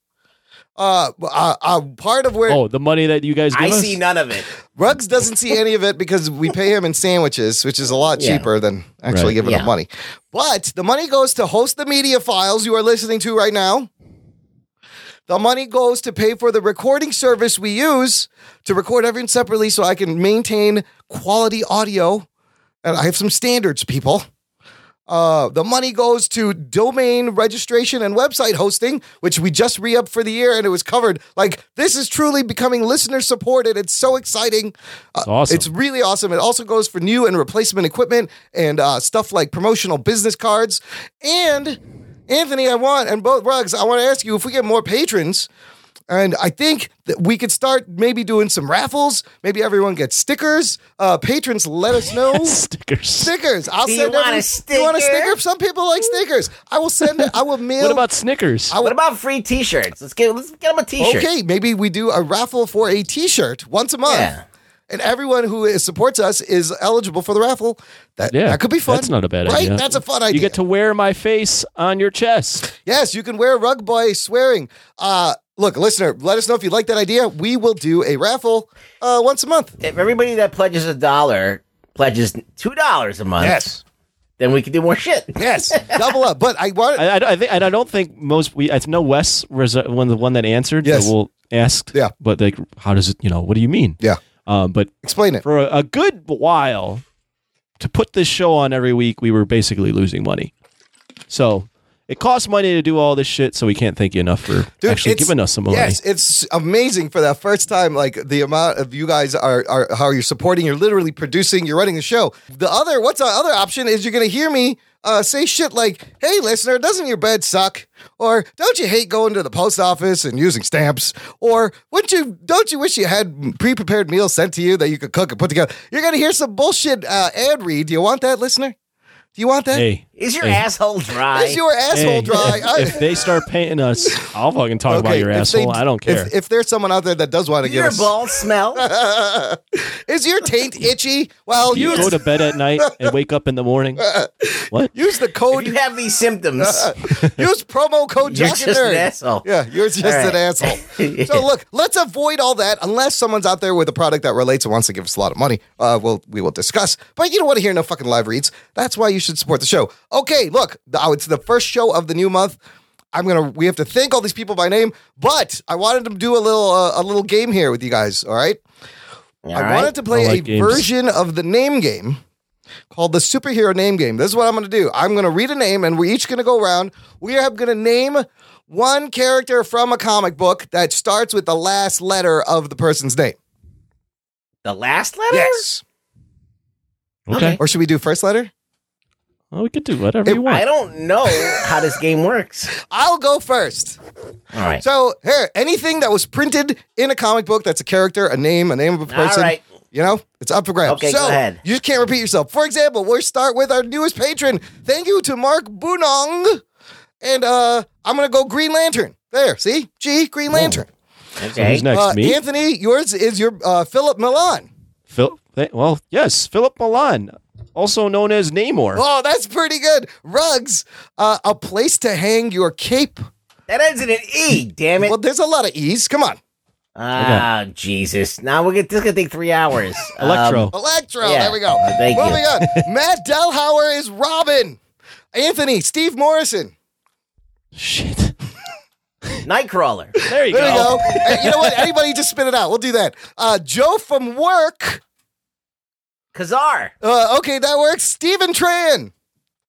Uh, uh, uh part of where
Oh, the money that you guys give
I
us?
see none of it.
Ruggs doesn't see any of it because we pay him in sandwiches, which is a lot
Yeah.
cheaper than actually
Right.
giving
Yeah.
him money. But the money goes to host the media files you are listening to right now. The money goes to pay for the recording service we use to record everything separately so I can maintain quality audio. And I have some standards, people. Uh, the money goes to domain registration and website hosting, which we just re upped for the year and it was covered. Like, this is truly becoming listener supported. It's so exciting. Uh,
It's awesome.
It's really awesome. It also goes for new and replacement equipment and uh, stuff like promotional business cards. And Anthony, I want, and both rugs, I want to ask you if we get more patrons. And I think that we could start maybe doing some raffles. Maybe everyone gets stickers. Uh, patrons, let us know.
stickers.
stickers. I'll
Do you
send
want
every-
a
You want a
sticker?
sticker? Some people like stickers. I will send it. I will mail.
What about Snickers?
What about free T-shirts? Let's get let's get them a T-shirt.
Okay, maybe we do a raffle for a T-shirt once a month,
Yeah.
and everyone who is, supports us is eligible for the raffle. That
Yeah,
that could be fun.
That's not a bad
right?
idea.
That's a fun
You
idea.
get to wear my face on your chest.
yes, you can wear rug boy swearing. Uh, look, listener, let us know if you like that idea. We will do a raffle uh, once a month.
If everybody that pledges a dollar pledges two dollars a month,
Yes.
then we can do more shit.
Yes, double up. But I want.
I, I, I think, and I don't think most. We, I know Wes was uh, one the one that answered.
Yes.
that we'll ask.
Yeah.
but like, how does it? You know, what do you mean?
Yeah.
Um, but
Explain it.
for a, a good while, to put this show on every week, we were basically losing money. So it costs money to do all this shit. So we can't thank you enough for
Dude,
actually
it's-
giving us some money.
Yes, it's amazing for that first time. Like the amount of you guys are, are how you're supporting. You're literally producing. You're running the show. The other, what's the other option is you're gonna hear me uh, say shit like, "Hey, listener, doesn't your bed suck?" Or "Don't you hate going to the post office and using stamps?" Or "Wouldn't you? Don't you wish you had pre-prepared meals sent to you that you could cook and put together?" You're gonna hear some bullshit uh, ad read. Do you want that, listener? Do you want that?
Hey.
Is your
Hey.
asshole dry?
Is your asshole
hey,
dry?
if-
I-
If, they start painting us, I'll fucking talk about
Okay,
your
if
asshole.
they-
I don't care.
If, if there's someone out there that does want to
Do
give
your
us,
balls smell?
is your taint itchy? Well,
Do you
use,
go to bed at night and wake up in the morning. What?
use the
if
code. uh,
you have these symptoms,
use promo code
you're
Jock
just
and Nerd.
an asshole.
Yeah, you're just
All right.
an asshole. So look, let's avoid all that unless someone's out there with a product that relates and wants to give us a lot of money. Uh, we'll we will discuss. But you don't want to hear no fucking live reads. That's why you should support the show. Okay, look, th- oh, it's the first show of the new month. I'm gonna. We have to thank all these people by name, but I wanted to do a little uh, a little game here with you guys. All right.
All
I
right.
wanted to play
I like
a
games.
version of the name game called the superhero name game. This is what I'm going to do. I'm going to read a name, and we're each going to go around. We are going to name one character from a comic book that starts with the last letter of the person's name.
the last letter.
Yes.
Okay.
Or should we do first letter?
Well, we could do whatever you want.
I don't know how this game works.
I'll go first.
All right.
So here, anything that was printed in a comic book that's a character, a name, a name of a person.
right.
You know, it's up for grabs.
Okay,
so
go ahead.
you just can't repeat yourself. For example, we'll start with our newest patron. Thank you to Mark Bunong. And uh I'm gonna go Green Lantern. There, see? G Green Lantern.
Okay.
Who's next?
Uh,
Me?
Anthony, yours is your uh Philip Milan.
Phil. th- Well, yes, Philip Milan, also known as Namor.
Oh, that's pretty good. Rugs, uh, a place to hang your cape.
That ends in an E. Damn it.
Well, there's a lot of E's. Come on.
Ah, Jesus. Now we're gonna, this is going to take three hours.
Electro.
Um,
Electro.
yeah.
There we go.
Uh, Thank
Moving
you.
on. Matt Delhauer is Robin. Anthony, Steve Morrison.
Um, Nightcrawler.
There you
there
go.
we go. Hey, you know what? Anybody just spit it out. We'll do that. Uh, Joe from work.
Kazar.
Uh, okay, that works. Steven Tran.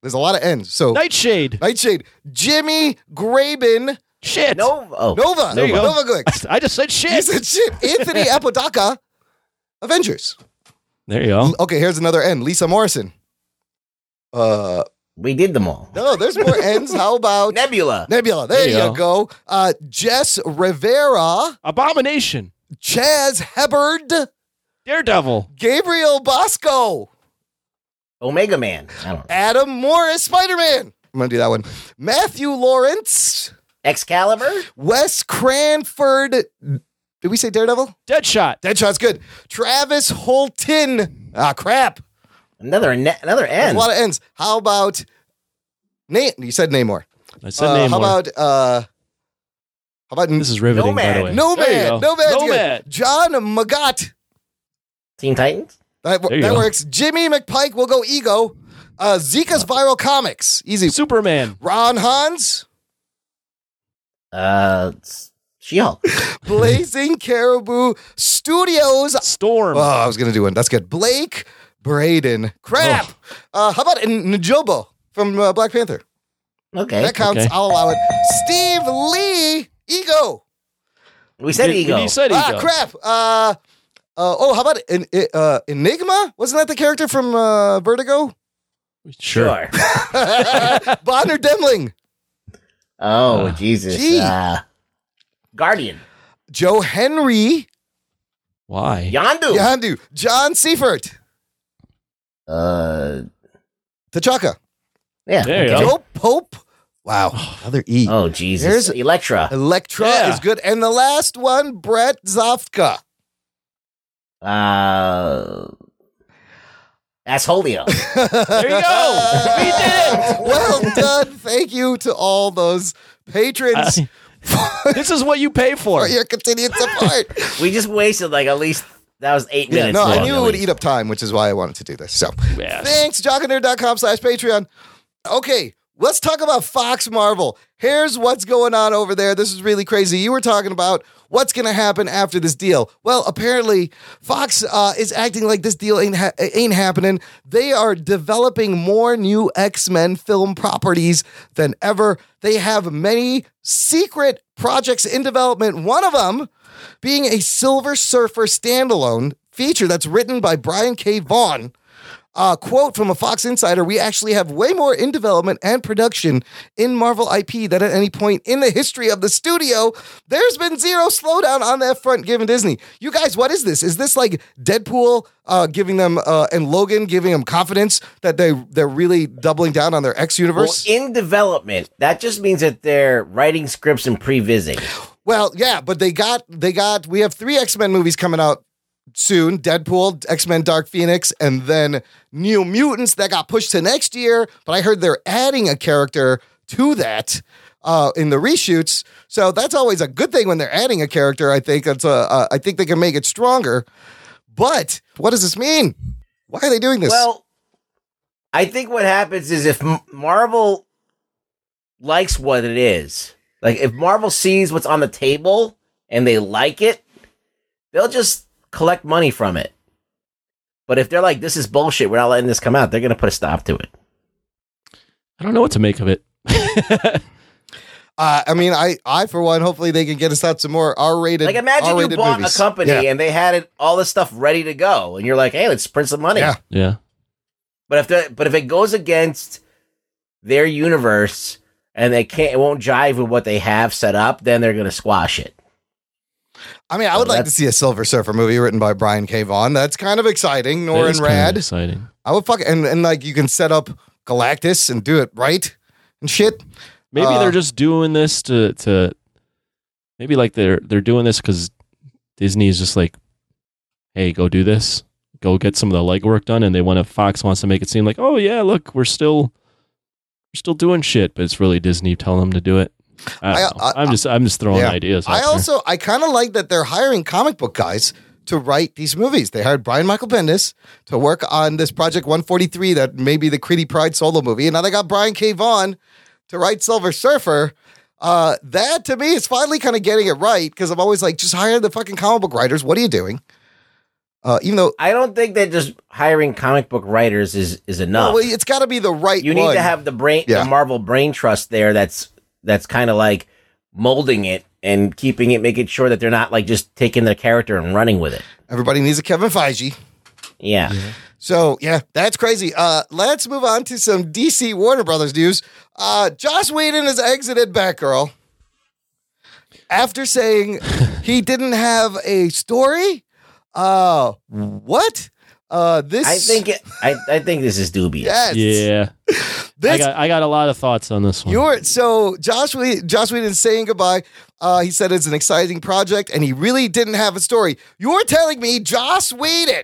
There's a lot of N's. So
Nightshade.
Nightshade. Jimmy Graben.
Shit.
No. Oh,
Nova.
There you go.
Nova Glick.
I just said shit.
You said shit. Anthony Apodaca. Avengers.
There you go.
Okay, here's another N. Lisa Morrison. Uh,
We did them all.
no, there's more N's. How about
Nebula.
Nebula? There, you go. Uh, Jess Rivera.
Abomination.
Chaz Hebbard.
Daredevil.
Gabriel Bosco.
Omega Man. I don't know.
Adam Morris, Spider Man. I'm going to do that one. Matthew Lawrence,
Excalibur.
Wes Cranford. Did we say Daredevil?
Deadshot.
Deadshot's good. Travis Holton. Ah, crap.
Another ne- another
That's
N.
a lot of ends. How about Nate? You said Namor.
I said
Uh,
name.
How about uh how about
this is riveting, by the
Nomad.
way.
No
There you
Man?
go.
No
Nomad.
Good. John Magat.
Teen Titans.
That,
There you
that
go.
works. Jimmy McPike will go ego. Uh, Zika's viral comics. Easy.
Superman.
Ron Hans.
Uh, She Hulk.
Blazing Caribou Studios.
Storm.
Oh, I was gonna do one. That's good. Blake Braden. Crap. Uh, how about N- Njobo from uh, Black Panther?
Okay.
That counts.
Okay.
I'll allow it. Steve Lee. Ego.
We said
You-
Ego.
You said
Ah,
ego.
crap. Uh, uh, oh, how about en- uh, Enigma? Wasn't that the character from uh, Vertigo?
Sure.
Bonner Demling.
Oh, Jesus.
gee.
Uh, Guardian.
Joe Henry.
Why?
Yondu.
Yandu. John Seifert.
Uh,
T'Chaka.
yeah.
There you go.
Joe Pope. Wow. Another E.
Oh, Jesus.
There's-
Electra.
Electra
Yeah.
is good. And the last one, Brett Zofka.
Uh, Assholio.
There you go. we did
well done. Thank you to all those patrons
it. I- this is what you pay for.
for your continued support.
we just wasted like at least that was eight minutes.
no, I
long,
knew
at
it would
least.
eat up time, which is why I wanted to do this. So
Yes.
thanks, jockanerd.com slash Patreon. Okay, let's talk about Fox Marvel. Here's what's going on over there. This is really crazy. You were talking about what's going to happen after this deal. Well, apparently, Fox uh, is acting like this deal ain't, ha- ain't happening. They are developing more new X Men film properties than ever. They have many secret projects in development. One of them being a Silver Surfer standalone feature that's written by Brian K. Vaughan. Uh, quote from a Fox insider We actually have way more in development and production in Marvel IP than at any point in the history of the studio. There's been zero slowdown on that front given Disney. You guys, what is this? Is this like Deadpool uh, giving them uh, and Logan giving them confidence that they, they're really doubling down on their X
Well,
universe?
in development, that just means that they're writing scripts and pre-vising.
Well, yeah, but they got they got we have three X Men movies coming out soon: Deadpool, X Men, Dark Phoenix, and then New Mutants that got pushed to next year. But I heard they're adding a character to that uh, in the reshoots, so that's always a good thing when they're adding a character. I think that's a, a I think they can make it stronger. But what does this mean? Why are they doing this?
Well, I think what happens is if M- Marvel likes what it is, like if Marvel sees what's on the table and they like it, they'll just collect money from it. But if they're like, "This is bullshit," we're not letting this come out. They're gonna put a stop to it.
I don't know what to make of it.
uh, I mean, I I for one, hopefully they can get us out some more R rated.
Like, imagine you bought a company
Yeah.
and they had it all this stuff ready to go, and you're like, "Hey, let's print some money."
Yeah.
Yeah.
But if the but if it goes against their universe and they can't, it won't jive with what they have set up, then they're gonna squash it.
I
Oh,
mean, I would like
Well,
to
that's-
see a Silver Surfer movie written by Brian K. Vaughan. That's kind of exciting.
That is
Norrin
kinda
Rad.
Exciting.
I would fuck and and like you can set up Galactus and do it right and shit.
Maybe
Uh,
they're just doing this to to maybe like they're they're doing this because Disney is just like, hey, go do this, go get some of the legwork done, and they want to Fox wants to make it seem like, oh yeah, look, we're still we're still doing shit, but it's really Disney telling them to do it. I don't know. I'm just I'm just throwing
Yeah.
ideas. out
I
there.
also I kind of like that they're hiring comic book guys to write these movies. They hired Brian Michael Bendis to work on this Project 143 that may be the Creedy Pride solo movie, and now they got Brian K. Vaughan to write Silver Surfer. Uh, that to me is finally kind of getting it right because I'm always like, just hire the fucking comic book writers. What are you doing? Uh, even though
I don't think that just hiring comic book writers is is enough.
Well, it's got to be the right.
you need
one.
to have the brain,
Yeah.
the Marvel brain trust there. That's that's kind of like molding it and keeping it, making sure that they're not like just taking their character and running with it.
Everybody needs a Kevin Feige.
Yeah.
So yeah, that's crazy. Uh, let's move on to some DC Warner Brothers news. Uh, Joss Whedon has exited Batgirl after saying he didn't have a story. Uh, what? Uh, this
I think it, I I think this is dubious.
Yes.
yeah. I got I got a lot of thoughts on this one.
You're so Josh. Whe- Josh Whedon's saying goodbye. Uh, he said it's an exciting project, and he really didn't have a story. You're telling me Joss Whedon,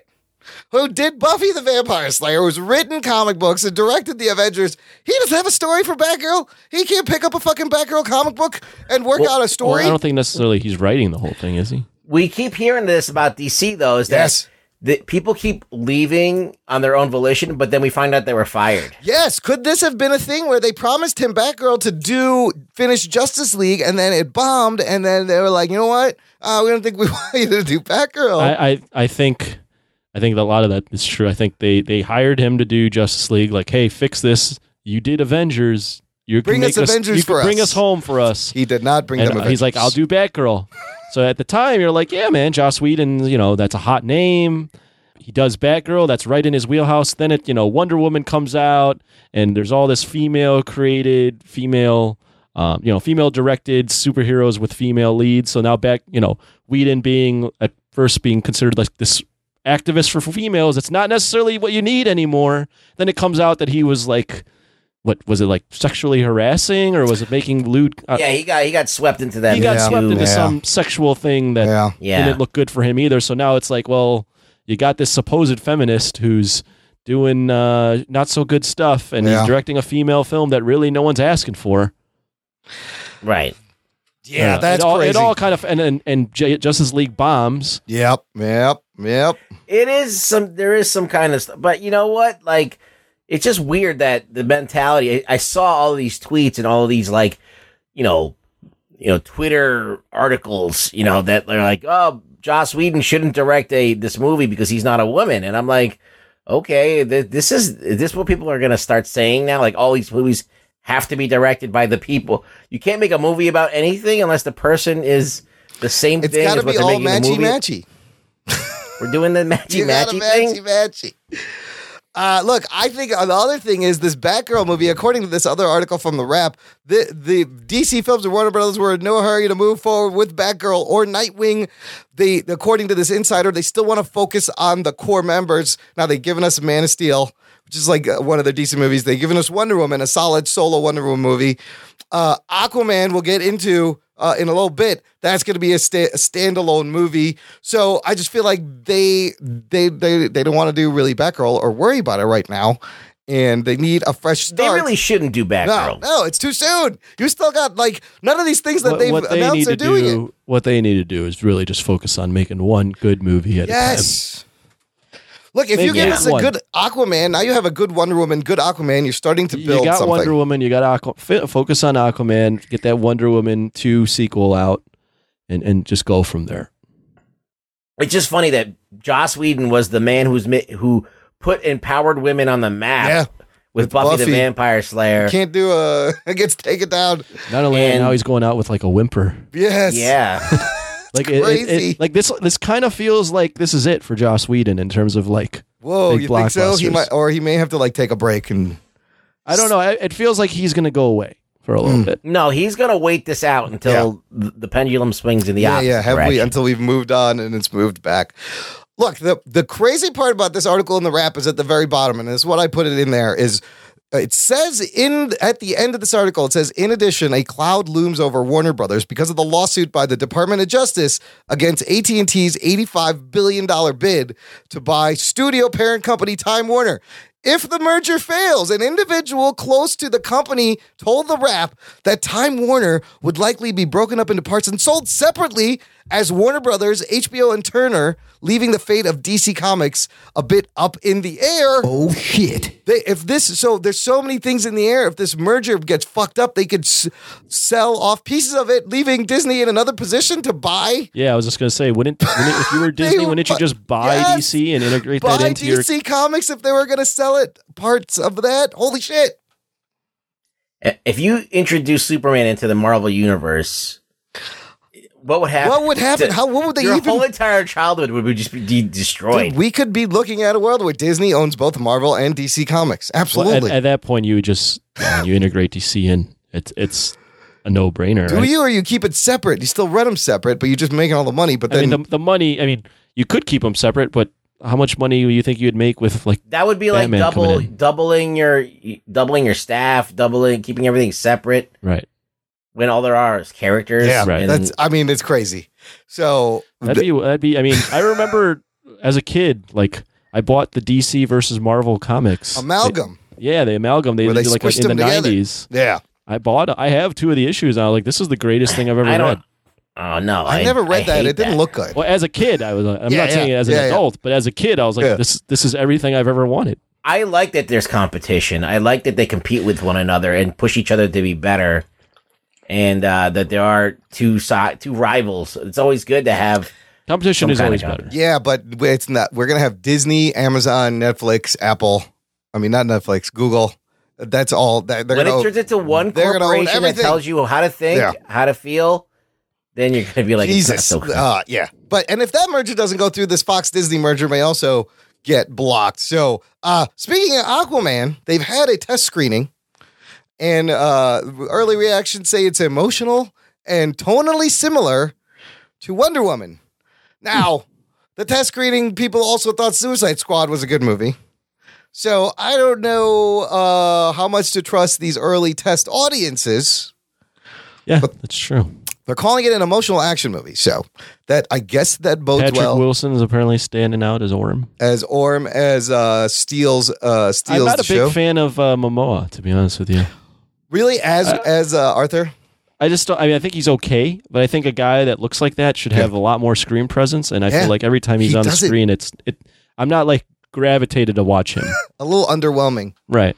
who did Buffy the Vampire Slayer, who's written comic books and directed the Avengers, he doesn't have a story for Batgirl. He can't pick up a fucking Batgirl comic book and work out a
Well,
story.
I don't think necessarily he's writing the whole thing, is he?
we keep hearing this about DC though, is that that people keep leaving on their own volition, but then we find out they were fired.
Yes, could this have been a thing where they promised him Batgirl to do finish Justice League and then it bombed and then they were like, you know what? Uh, we don't think we want you to do Batgirl.
I, I I think I think that a lot of that is true. I think they they hired him to do Justice League. Like, hey, fix this. You did Avengers. You
Bring
can
us
make
Avengers
you can
for
Bring
us.
us home for us.
He did not bring
and
them.
uh, he's like, I'll do Batgirl. so at the time, you're like, yeah, man, Joss Whedon. You know, that's a hot name. He does Batgirl. That's right in his wheelhouse. Then it, you know, Wonder Woman comes out, and there's all this female created, female, um, you know, female directed superheroes with female leads. So now back, you know, Whedon being at first being considered like this activist for females, it's not necessarily what you need anymore. Then it comes out that he was like. What was it like? Sexually harassing, or was it making lewd? uh,
yeah, he got he got swept into that.
he got
too.
swept into some sexual thing that
Yeah.
didn't look good for him either. So now it's like, well, you got this supposed feminist who's doing uh, not so good stuff, and
Yeah.
he's directing a female film that really no one's asking for.
Right.
Yeah, that's
it all,
crazy.
It all kind of and and, and J- Justice League bombs.
Yep, yep, yep.
It is some. There is some kind of stuff, but you know what? Like, it's just weird that the mentality. I, I saw all these tweets and all these like, you know, you know, Twitter articles. You know that they're like, oh, Joss Whedon shouldn't direct a this movie because he's not a woman, and I'm like, okay, th- this is is this what people are gonna start saying now? Like, all these movies have to be directed by the people. You can't make a movie about anything unless the person is the same
It's
thing.
got to
as what
be
they're
all
making the
matchy
movie.
matchy.
We're doing the matchy
You got
matchy
to
thing.
matchy matchy. Uh, look, I think uh, the other thing is this Batgirl movie. According to this other article from the Wrap, the the DC Films and Warner Brothers were in no hurry to move forward with Batgirl or Nightwing. They, according to this insider, they still want to focus on the core members. Now they've given us Man of Steel, which is like uh, one of their DC movies. They've given us Wonder Woman, a solid solo Wonder Woman movie. Uh, Aquaman, we'll get into uh, in a little bit. That's going to be a, sta- a standalone movie. So I just feel like they they they they don't want to do really Batgirl or worry about it right now, and they need a fresh
They
start.
really shouldn't do
no,
Batgirl.
no, it's too soon. You still got like none of these things that
What,
they've
what they
announced
need
are
to
doing
do, what they need to do, is really just focus on making one good movie
it.
at
Yes. Look, if you
Maybe
give
yeah.
us a
one.
good Aquaman, now you have a good Wonder Woman, good Aquaman. You're starting to
a time.
build
You got
something.
Wonder Woman. You got Aqua, fi- focus on Aquaman. Get that Wonder Woman two sequel out, and and just go from there.
It's just funny that Joss Whedon was the man who's mi- who put empowered women on the map
Yeah.
with,
With
Buffy,
Buffy.
the Vampire Slayer.
Can't do a it gets taken down.
Not only
And-
now he's going out with like a whimper.
Yes.
Yeah.
Like it, it- it-
crazy.
like this this kind of feels like this is it for Joss Whedon in terms of like
Whoa,
big
you think so? He
blockbusters.
might, or he may have to like take a break and
I don't know. I- It feels like he's gonna go away for a
Hmm.
little bit.
no, he's gonna wait this out until th- the pendulum swings in the
yeah,
opposite
yeah, have we
direction.
until we've moved on and it's moved back. Look, the the crazy part about this article in the wrap is at the very bottom, and this is what I put it in there is uh, it says in at the end of this article it says in addition a cloud looms over warner brothers because of the lawsuit by the department of justice against at&t's $85 billion bid to buy studio parent company time warner If the merger fails, an individual close to the company told The Wrap that Time Warner would likely be broken up into parts and sold separately as Warner Brothers, HBO, and Turner, leaving the fate of DC Comics a bit up in the air.
Oh shit!
They, if this so, there's so many things in the air. If this merger gets fucked up, they could s- sell off pieces of it, leaving Disney in another position to buy.
Yeah, I was just gonna say, wouldn't, wouldn't if you were Disney, wouldn't you just buy
Yes!
DC and integrate
buy
that into your?
DC Comics if they were going to sell it. Parts of that. Holy shit!
If you introduce Superman into the Marvel universe, what would happen?
What would happen?
To-
How- what would they
your
even-
whole entire childhood would be just be de- destroyed.
Dude, we could be looking at a world where Disney owns both Marvel and DC Comics.
Well, at,
Absolutely.
at that point, you would just uh, you integrate DC in. It's it's a no brainer.
Do you or you keep it separate? You still run them separate, but you're just making all the money. But
I
then
mean, the, the money. I mean, you could keep them separate, but how much money do you think you'd make with like?
that would be like
Batman
double
coming in.
doubling your doubling your staff, doubling keeping everything separate
Right.
when all there are is characters.
yeah,
Right.
and-
that's. I mean, it's crazy. So
That'd be that'd be. I mean, I remember as a kid, like I bought the DC versus Marvel comics
amalgam.
They- yeah, the amalgam. They
Where they
did like,
squished
in the
them together.
nineties.
Yeah,
I bought. I have two of the issues. And I'm like, this is the greatest thing I've ever
I don't.
read.
Oh no,
I, never read
I
that.
hate
It didn't look good.
Well, as a kid, I was. like- I'm
Yeah,
not saying
yeah.
it as an
Yeah, yeah.
adult, but as a kid, I was like,
Yeah.
this this is everything I've ever wanted.
I like that there's competition. I like that they compete with one another and push each other to be better, and uh, that there are two si- two rivals. It's always good to have.
Competition
Some
is
kinda
always
competition.
better.
Yeah, but it's not. We're gonna have Disney, Amazon, Netflix, Apple. I mean, not Netflix, Google. That's all. That they're
when
gonna.
it turns into one
they're gonna own
corporation that
everything.
tells you how to think,
Yeah.
how to feel, then you're gonna be like it's not
Jesus.
so good.
Uh, yeah. But and if that merger doesn't go through, this Fox Disney merger may also get blocked. So uh speaking of Aquaman, they've had a test screening and uh early reactions say it's emotional and tonally similar to Wonder Woman. Now, the test screening people also thought Suicide Squad was a good movie. So I don't know uh, how much to trust these early test audiences.
Yeah, that's true.
They're calling it an emotional action movie, so that I guess that bodes
Patrick
well
Wilson is apparently standing out as Orm.
as Orm as uh, steals uh, steals
I'm not
the
a big
show.
fan of uh, Momoa, to be honest with you.
Really, as as uh, Arthur,
I just don't, I mean I think he's okay, but I think a guy that looks like that should have a lot more screen presence. And I
Yeah.
feel like every time he's
He
on the
doesn't.
screen, it's it. I'm not like gravitated to watch him.
a little underwhelming.
right.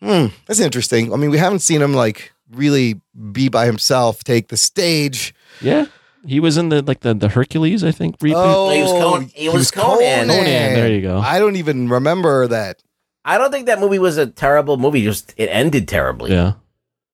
Hmm, that's interesting. I mean, we haven't seen him like really be by himself, take the stage.
Yeah. He was in the like the, the Hercules, I think. Repeat.
Oh,
He was Con- he was Conan.
Conan, there you go.
I don't even remember that.
I don't think that movie was a terrible movie. Just it ended
Oh.
terribly.
Yeah.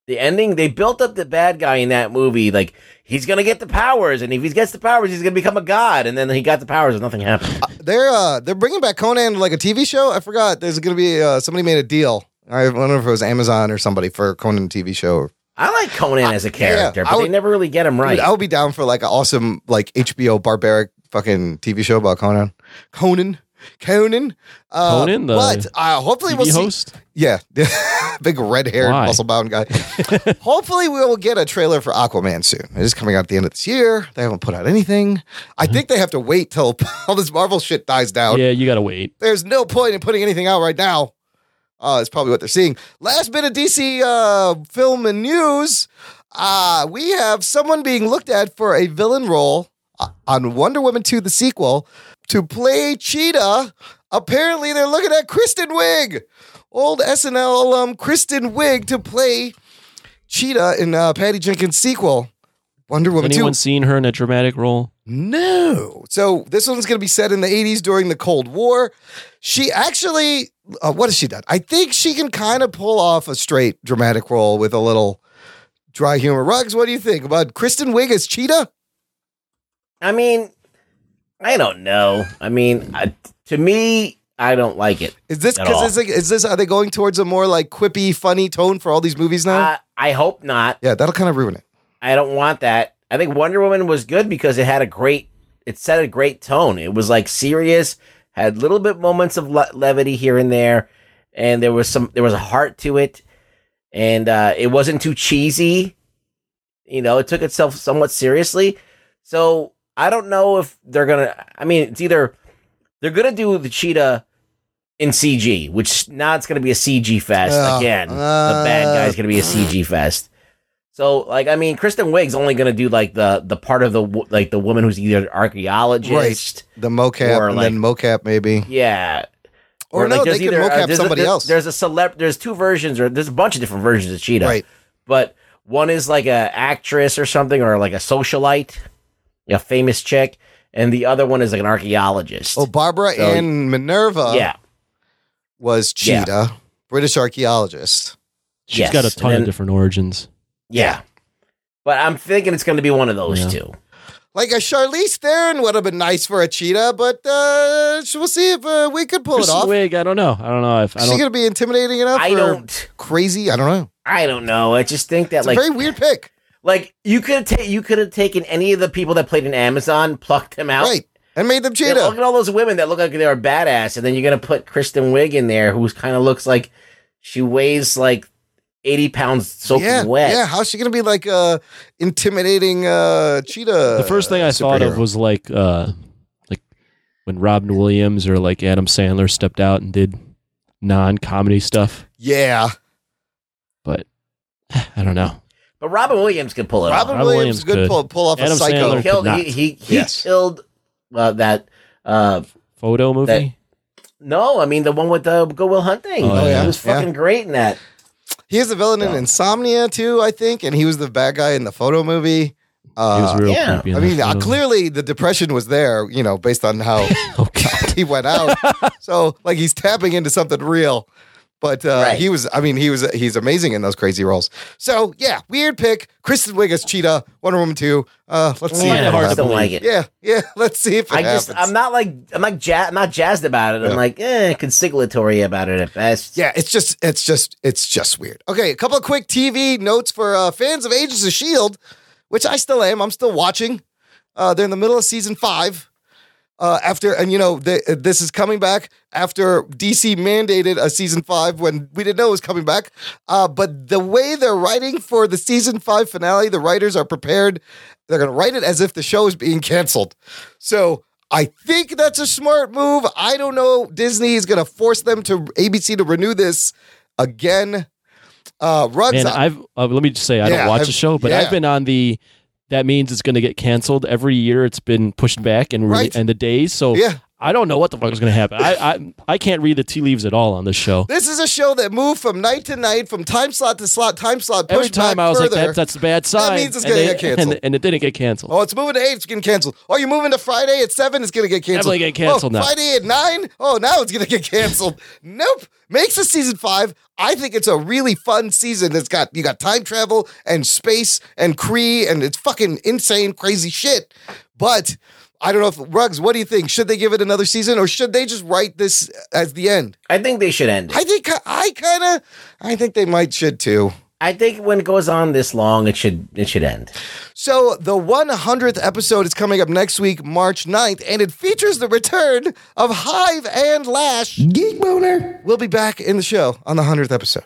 The ending they built up the bad guy in that movie like he's gonna get the powers, and if he gets the powers, he's gonna become a god. And then he got the powers, and nothing happened.
They're uh, they're bringing back Conan like a TV show. I forgot. There's gonna be uh, somebody made a deal. I don't know if it was Amazon or somebody for Conan TV show or
I like Conan as a character,
I
but they
would-
never really get him right.
Dude, I would be down for like an awesome like HBO barbaric fucking TV show about Conan. Conan. Conan. Uh,
Conan, the
but uh, hopefully
TV
we'll see.
host.
Yeah, big red haired
Why?
muscle bound guy. hopefully we will get a trailer for Aquaman soon. It is coming out at the end of this year. They haven't put out anything. I
Mm-hmm.
think they have to wait till all this Marvel shit dies down.
Yeah, you gotta wait.
There's no point in putting anything out right now. Uh, it's probably what they're seeing. Last bit of DC uh, film and news. Uh, we have someone being looked at for a villain role uh, on Wonder Woman 2, the sequel, to play Cheetah. Apparently, they're looking at Kristen Wiig, old SNL alum Kristen Wiig, to play Cheetah in uh, Patty Jenkins' sequel, Wonder Woman 2.
Anyone seen her in a dramatic role?
No. So this one's going to be set in the 80s during the Cold War. She actually, uh, what has she done? I think she can kind of pull off a straight dramatic role with a little dry humor. Rugs, what do you think about Kristen Wiig as Cheetah?
I mean, I don't know. I mean, I, to me, I don't like it.
Is this
At all.
because is, it- is this are they going towards a more like quippy, funny tone for all these movies now?
I, I hope not.
yeah, that'll kind of ruin it.
I don't want that. I think Wonder Woman was good because it had a great, it set a great tone. It was like serious, had little bit moments of le- levity here and there, and there was some, there was a heart to it, and uh, it wasn't too cheesy. You know, it took itself somewhat seriously. So I don't know if they're gonna. I mean, it's either they're gonna do the cheetah in CG, which now it's going to be a CG fest
Ugh.
again. the bad guy's going to be a CG fest. So, like, I mean, Kristen Wiig's only going to do like the the part of the wo- like the woman who's either an archaeologist,
The mocap
Or,
and
like-
then mocap maybe.
yeah.
Or no,
there's uh,
they could mocap
there's a-
somebody
there's-
else.
There's a celeb. There's two versions, or there's a bunch of different versions of Cheetah.
Right.
But one is like a actress or something, or like a socialite, a famous chick, and the other one is like an archaeologist.
Oh, Barbara
So-
and Minerva
yeah.
was
Yeah.
Cheetah, British archaeologist.
She's
Yes,
got a
and
ton
then-
of different origins.
Yeah. But I'm thinking it's going to be one of those
Yeah.
two.
Like a Charlize Theron would have been nice for a cheetah, but uh, sh- we'll see if uh, we could pull
Kristen
it off.
Wiig, I don't know. I don't know if I
Is she
don't.
going to be intimidating enough?
I
or
don't.
Crazy? I don't know.
I don't know. I just think that
It's
like
a very weird pick.
like you could ta- you could have taken any of the people that played in Amazon, plucked them out.
Right. And made them
Yeah,
cheetah.
look at all those women that look like they are badass, and then you're gonna put Kristen Wiig in there, who kind of looks like she weighs like eighty pounds soaking
yeah,
wet.
yeah. How's she gonna be like uh intimidating uh cheetah?
the first thing I thought of
superhero?
was like, uh, like when Robin Williams or like Adam Sandler stepped out and did non-comedy stuff.
yeah.
But I don't know.
But Robin Williams could pull it
Robin,
Robin
Williams,
Williams
good
could.
pull pull off a
Adam
psycho.
Sandler
off. He killed,
could
he
not.
he, he
Yes.
killed uh, that. Uh,
Photo movie.
That- no, I mean the one with uh, Go Will Hunting.
Oh, yeah.
He was
Yeah.
fucking great in that.
He is the villain in Insomnia too, I think, and he was the bad guy in the photo movie.
he was
Uh,
real
yeah.
creepy. in
I
that
mean, uh,
photo.
clearly the depression was there, you know, based on how he went out. so, like, he's tapping into something real. But uh,
Right.
he was, I mean, he was, he's amazing in those crazy roles. So, yeah, weird pick. Kristen Wiig as Cheetah, Wonder Woman 2. Uh, let's see.
Yeah,
if it
I
hard
just
to
happens.
don't
believe.
like it.
Yeah, yeah, let's see if it
I just
happens.
I'm not like I'm not ja- I'm not jazzed about it. I'm
Yeah.
like eh, conciliatory about it at best.
yeah, it's just, it's just, it's just weird. Okay, a couple of quick TV notes for uh, fans of Agents of S.H.I.E.L.D., which I still am. I'm still watching. Uh, they're in the middle of season five. Uh, after, and you know, th- uh, this is coming back after DC mandated a season five when we didn't know it was coming back. Uh, but the way they're writing for the season five finale, the writers are prepared. They're going to write it as if the show is being canceled. So I think that's a smart move. I don't know. Disney is going to force them to ABC to renew this again. Uh, runs
Man,
out.
I've uh, let me just say I
Yeah,
don't watch
I've-
the show, but
yeah.
I've been on the. That means it's going to get canceled every year. It's been pushed back and re-
Right.
and the days. So
Yeah.
I don't know what the fuck is going to happen. I, I I can't read the tea leaves at all on this show.
This is a show that moved from night to night, from time slot to slot, time slot.
Every
pushed
time
back
I was
further.
like, that, that's a bad sign.
means it's
And
gonna
they-
get canceled.
And, and it didn't get canceled.
Oh, it's moving to eight. It's getting canceled. Oh, you're moving to Friday at seven. It's gonna get canceled.
Definitely get canceled
oh,
now.
Friday at nine. Oh, now it's gonna get canceled. nope. Makes a season five. I think it's a really fun season. It's got you got time travel and space and Cree and it's fucking insane, crazy shit. But I don't know if Ruggs. What do you think? Should they give it another season or should they just write this as the end?
I think they should end it.
I think I kind of. I think they might should too.
I think when it goes on this long, it should it should end.
So the 100th episode is coming up next week, March 9th, and it features the return of Hive and Lash.
Geek boner.
We'll be back in the show on the 100th episode.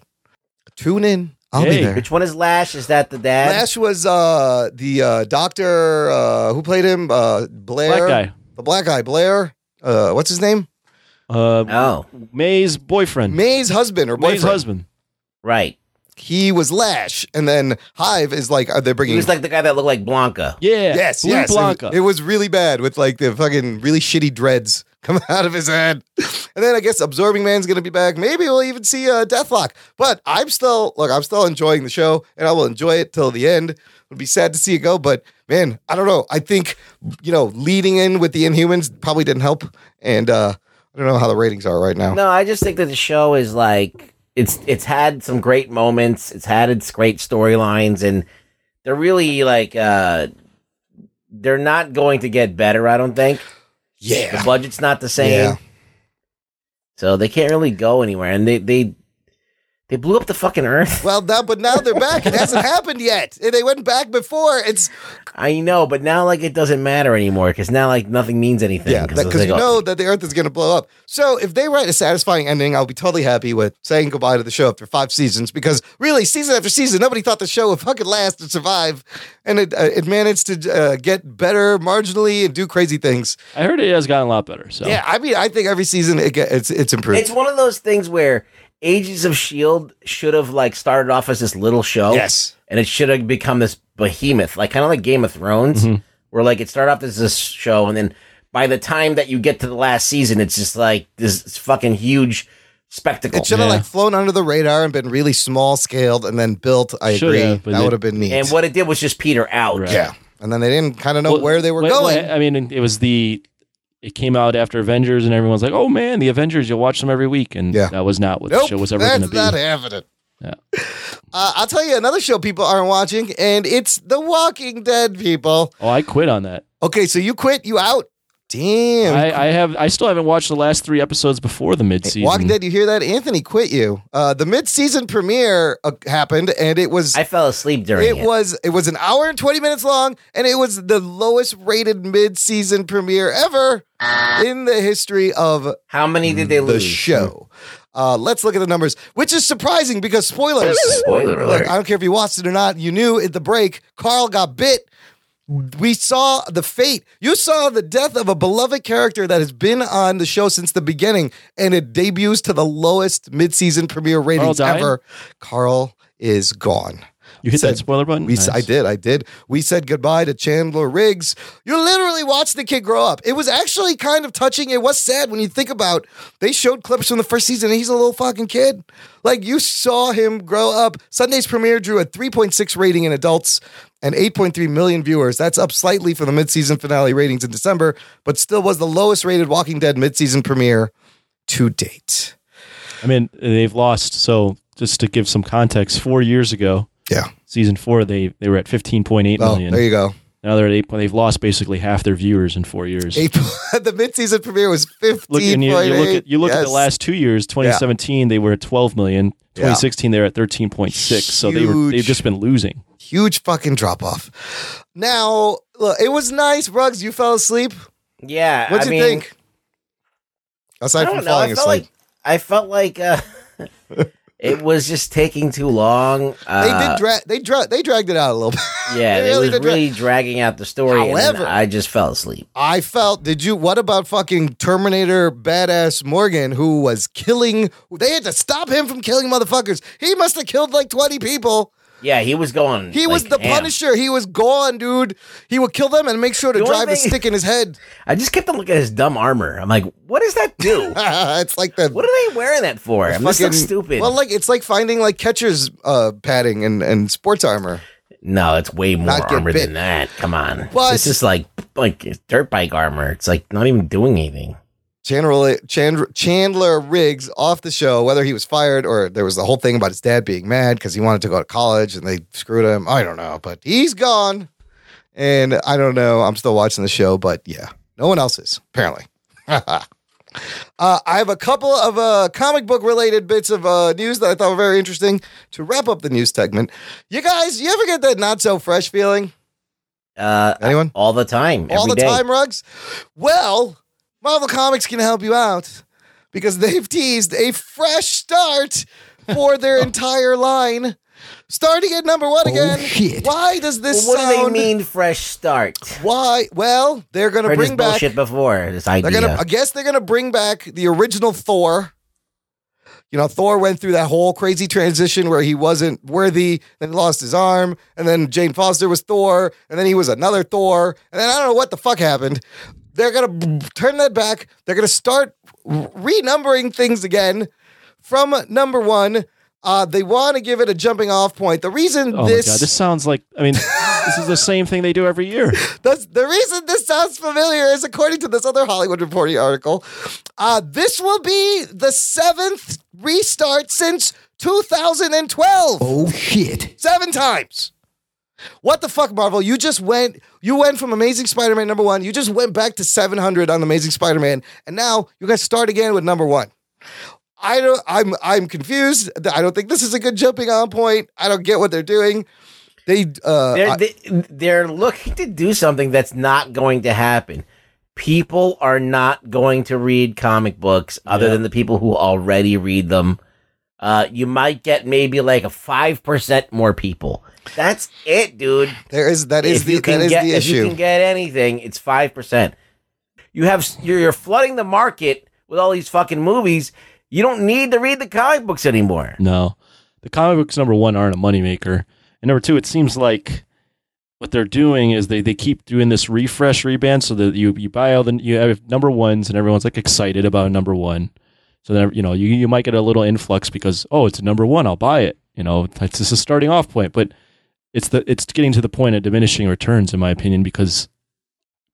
Tune in. I'll
Yay.
be there.
Which one is Lash? Is that the dad?
Lash was uh, the uh, doctor uh, who played him, uh, Blair.
Black guy.
The black guy, Blair. Uh, what's his name?
Uh,
Oh,
May's boyfriend.
May's husband or boyfriend.
May's husband.
right.
He was Lash, and then Hive is like are they
He
bringing?
was like the guy that looked like Blanca.
Yeah.
yes,
Blue
yes. It-
Blanca.
It, was really bad with like the fucking really shitty dreads coming out of his head. And then I guess Absorbing Man's gonna be back. Maybe we'll even see uh, Deathlock. But I'm still look, I'm still enjoying the show, and I will enjoy it till the end. It'll be sad to see it go, but man, I don't know. I think you know leading in with the Inhumans probably didn't help, and uh, I don't know how the ratings are right now.
No, I just think that the show is like it's it's had some great moments. It's had its great storylines, and they're really like uh they're not going to get better. I don't think.
Yeah,
The budget's not the same.
Yeah.
So they can't really go anywhere. And they, they They blew up the fucking Earth.
Well, now, but now they're back. It hasn't happened yet. And They went back before. It's
I know, but now like it doesn't matter anymore because now like nothing means anything.
yeah,
it's
because
like,
you
oh,
know that the Earth is going to blow up. So if they write a satisfying ending, I'll be totally happy with saying goodbye to the show after five seasons. Because really, season after season, nobody thought the show would fucking last and survive, and it uh, it managed to uh, get better marginally and do crazy things.
I heard it has gotten a lot better. So
Yeah, I mean, I think every season it get, it's it's improved.
It's one of those things where Agents of Shield E should have like started off as this little show.
Yes.
And it should have become this behemoth, like kind of like Game of Thrones,
Mm-hmm.
where like it started off as this show, and then by the time that you get to the last season, it's just like this fucking huge spectacle.
it should have like flown under the radar and been really small scaled and then built. I
Should have,
agree.
but
That
it-
would have been neat.
and what it did was just peter out.
yeah. And then they didn't kind of know
Well,
where they were
wait,
going.
wait, I mean, it was the it came out after Avengers, and everyone's like, "Oh man, the Avengers! You'll watch them every week." And
Yeah.
that was not what the show was ever
that's
going to be.
not happening.
Yeah.
Uh, I'll tell you another show people aren't watching, and it's The Walking Dead. People.
Oh, I quit on that.
Okay, so you quit. You out. Damn.
I, I have. I still haven't watched the last three episodes before the mid
Walking
season.
Dead. You hear that? Anthony quit you. Uh, the mid-season premiere uh, happened, and it was.
I fell asleep during
it
it.
was it was an hour and 20 minutes long and it was the lowest rated mid-season premiere ever in the history of
How many did they
the
lose?
show. Uh, let's look at the numbers, which is surprising because spoilers.
Spoiler alert.
Look, I don't care if you watched it or not. You knew at the break, Carl got bit. We saw the fate. You saw the death of a beloved character that has been on the show since the beginning, and it debuts to the lowest mid-season premiere ratings
died?
ever. Carl is gone.
You hit
Said-
that spoiler button.
We, s I I
Nice.
did, I did. We said goodbye to Chandler Riggs. You literally watched the kid grow up. It was actually kind of touching. It was sad when you think about. They showed clips from the first season, and he's a little fucking kid. Like you saw him grow up. Sunday's premiere drew a 3.6 rating in adults and 8.3 million viewers. That's up slightly from the mid-season finale ratings in December, but still was the lowest-rated Walking Dead mid-season premiere to date.
I mean, they've lost. So just to give some context, four years ago,
Yeah.
season four, they they were at fifteen point eight
Well,
million.
there you go.
Now they're at eight. point- They've lost basically half their viewers in four years.
Eight, the mid-season premiere was 15.
Look, and you, you look at you look at the last two years. 2017, they were at 12 million. 2016, they're at 13.6. So they were
Huge.
they've just been losing.
huge fucking drop off. Now, look, it was nice, Rugs. You fell asleep.
Yeah.
What'd
I
you
mean,
think?
I
Aside
don't
from
know.
falling
I felt
asleep,
like I felt like uh, it was just taking too long.
they
Uh,
did drag. They drag. They dragged it out a little bit.
yeah,
they
it
really
was
did dra-
really dragging out the story. and then
However-
I just fell asleep.
I felt. Did you? What about fucking Terminator badass Morgan, who was killing? They had to stop him from killing motherfuckers. He must have killed like twenty people.
Yeah, he was going.
He was
like,
the
ham.
Punisher. He was gone, dude. He would kill them and make sure to
The only
drive a
thing-
stick in his head.
I just kept on looking at his dumb armor. I'm like, what does that do?
it's like the
what are they wearing that for? I'm just
fucking-
stupid.
Well, like it's like finding like catcher's uh, padding and, and sports armor.
no, it's way more
not get
armor
bit.
than that. Come on,
But-
it's just like like dirt bike armor. It's like not even doing anything.
Chandler, Chandler, Chandler Riggs off the show, whether he was fired or there was the whole thing about his dad being mad because he wanted to go to college and they screwed him. I don't know, but he's gone. And I don't know. I'm still watching the show, but yeah, no one else is apparently. Uh, I have a couple of uh, comic book related bits of uh, news that I thought were very interesting to wrap up the news segment. You guys, you ever get that not so fresh feeling?
Uh,
Anyone?
all the time,
all
every
the
day.
time rugs well marvel comics can help you out because they've teased a fresh start for their entire line starting at number one again
shit.
why does this
Oh, What do they
sound
mean fresh start?
why well they're gonna
Heard this
bring back
bullshit before this idea.
they're gonna i guess they're gonna bring back the original thor you know, Thor went through that whole crazy transition where he wasn't worthy, then lost his arm, and then Jane Foster was Thor, and then he was another Thor, and then I don't know what the fuck happened. They're gonna b- turn that back. They're gonna start r- renumbering things again from number one. Uh, they want to give it a jumping off point. The reason
Oh
this,
my god, this sounds like I mean, this is the same thing they do every year.
that's the reason this sounds familiar is according to this other Hollywood Reporting article. Uh, this will be the seventh restart since 2012.
Oh shit.
Seven times. What the fuck, Marvel? You just went. You went from Amazing Spider-Man number one. You just went back to 700 on Amazing Spider-Man, and now you guys start again with number one. I don't. I'm I'm confused. I don't think this is a good jumping on point. I don't get what they're doing. They uh,
they're,
I-
they, they're looking to do something that's not going to happen. People are not going to read comic books other than the people who already read them. Uh, you might get maybe like a five percent more people. That's it, dude.
There is that is
if
the-
you can
that is
get,
the
if you
issue.
can get anything, it's five percent. You have you're, you're flooding the market with all these fucking movies. You don't need to read the comic books anymore.
No. The comic books, number one, aren't a moneymaker. And number two, it seems like what they're doing is they, they keep doing this refresh reband so that you, you buy all the you have number ones and everyone's like excited about number one. So then you know you, you might get a little influx because oh it's a number one I'll buy it you know it's just a starting off point but it's the it's getting to the point of diminishing returns in my opinion because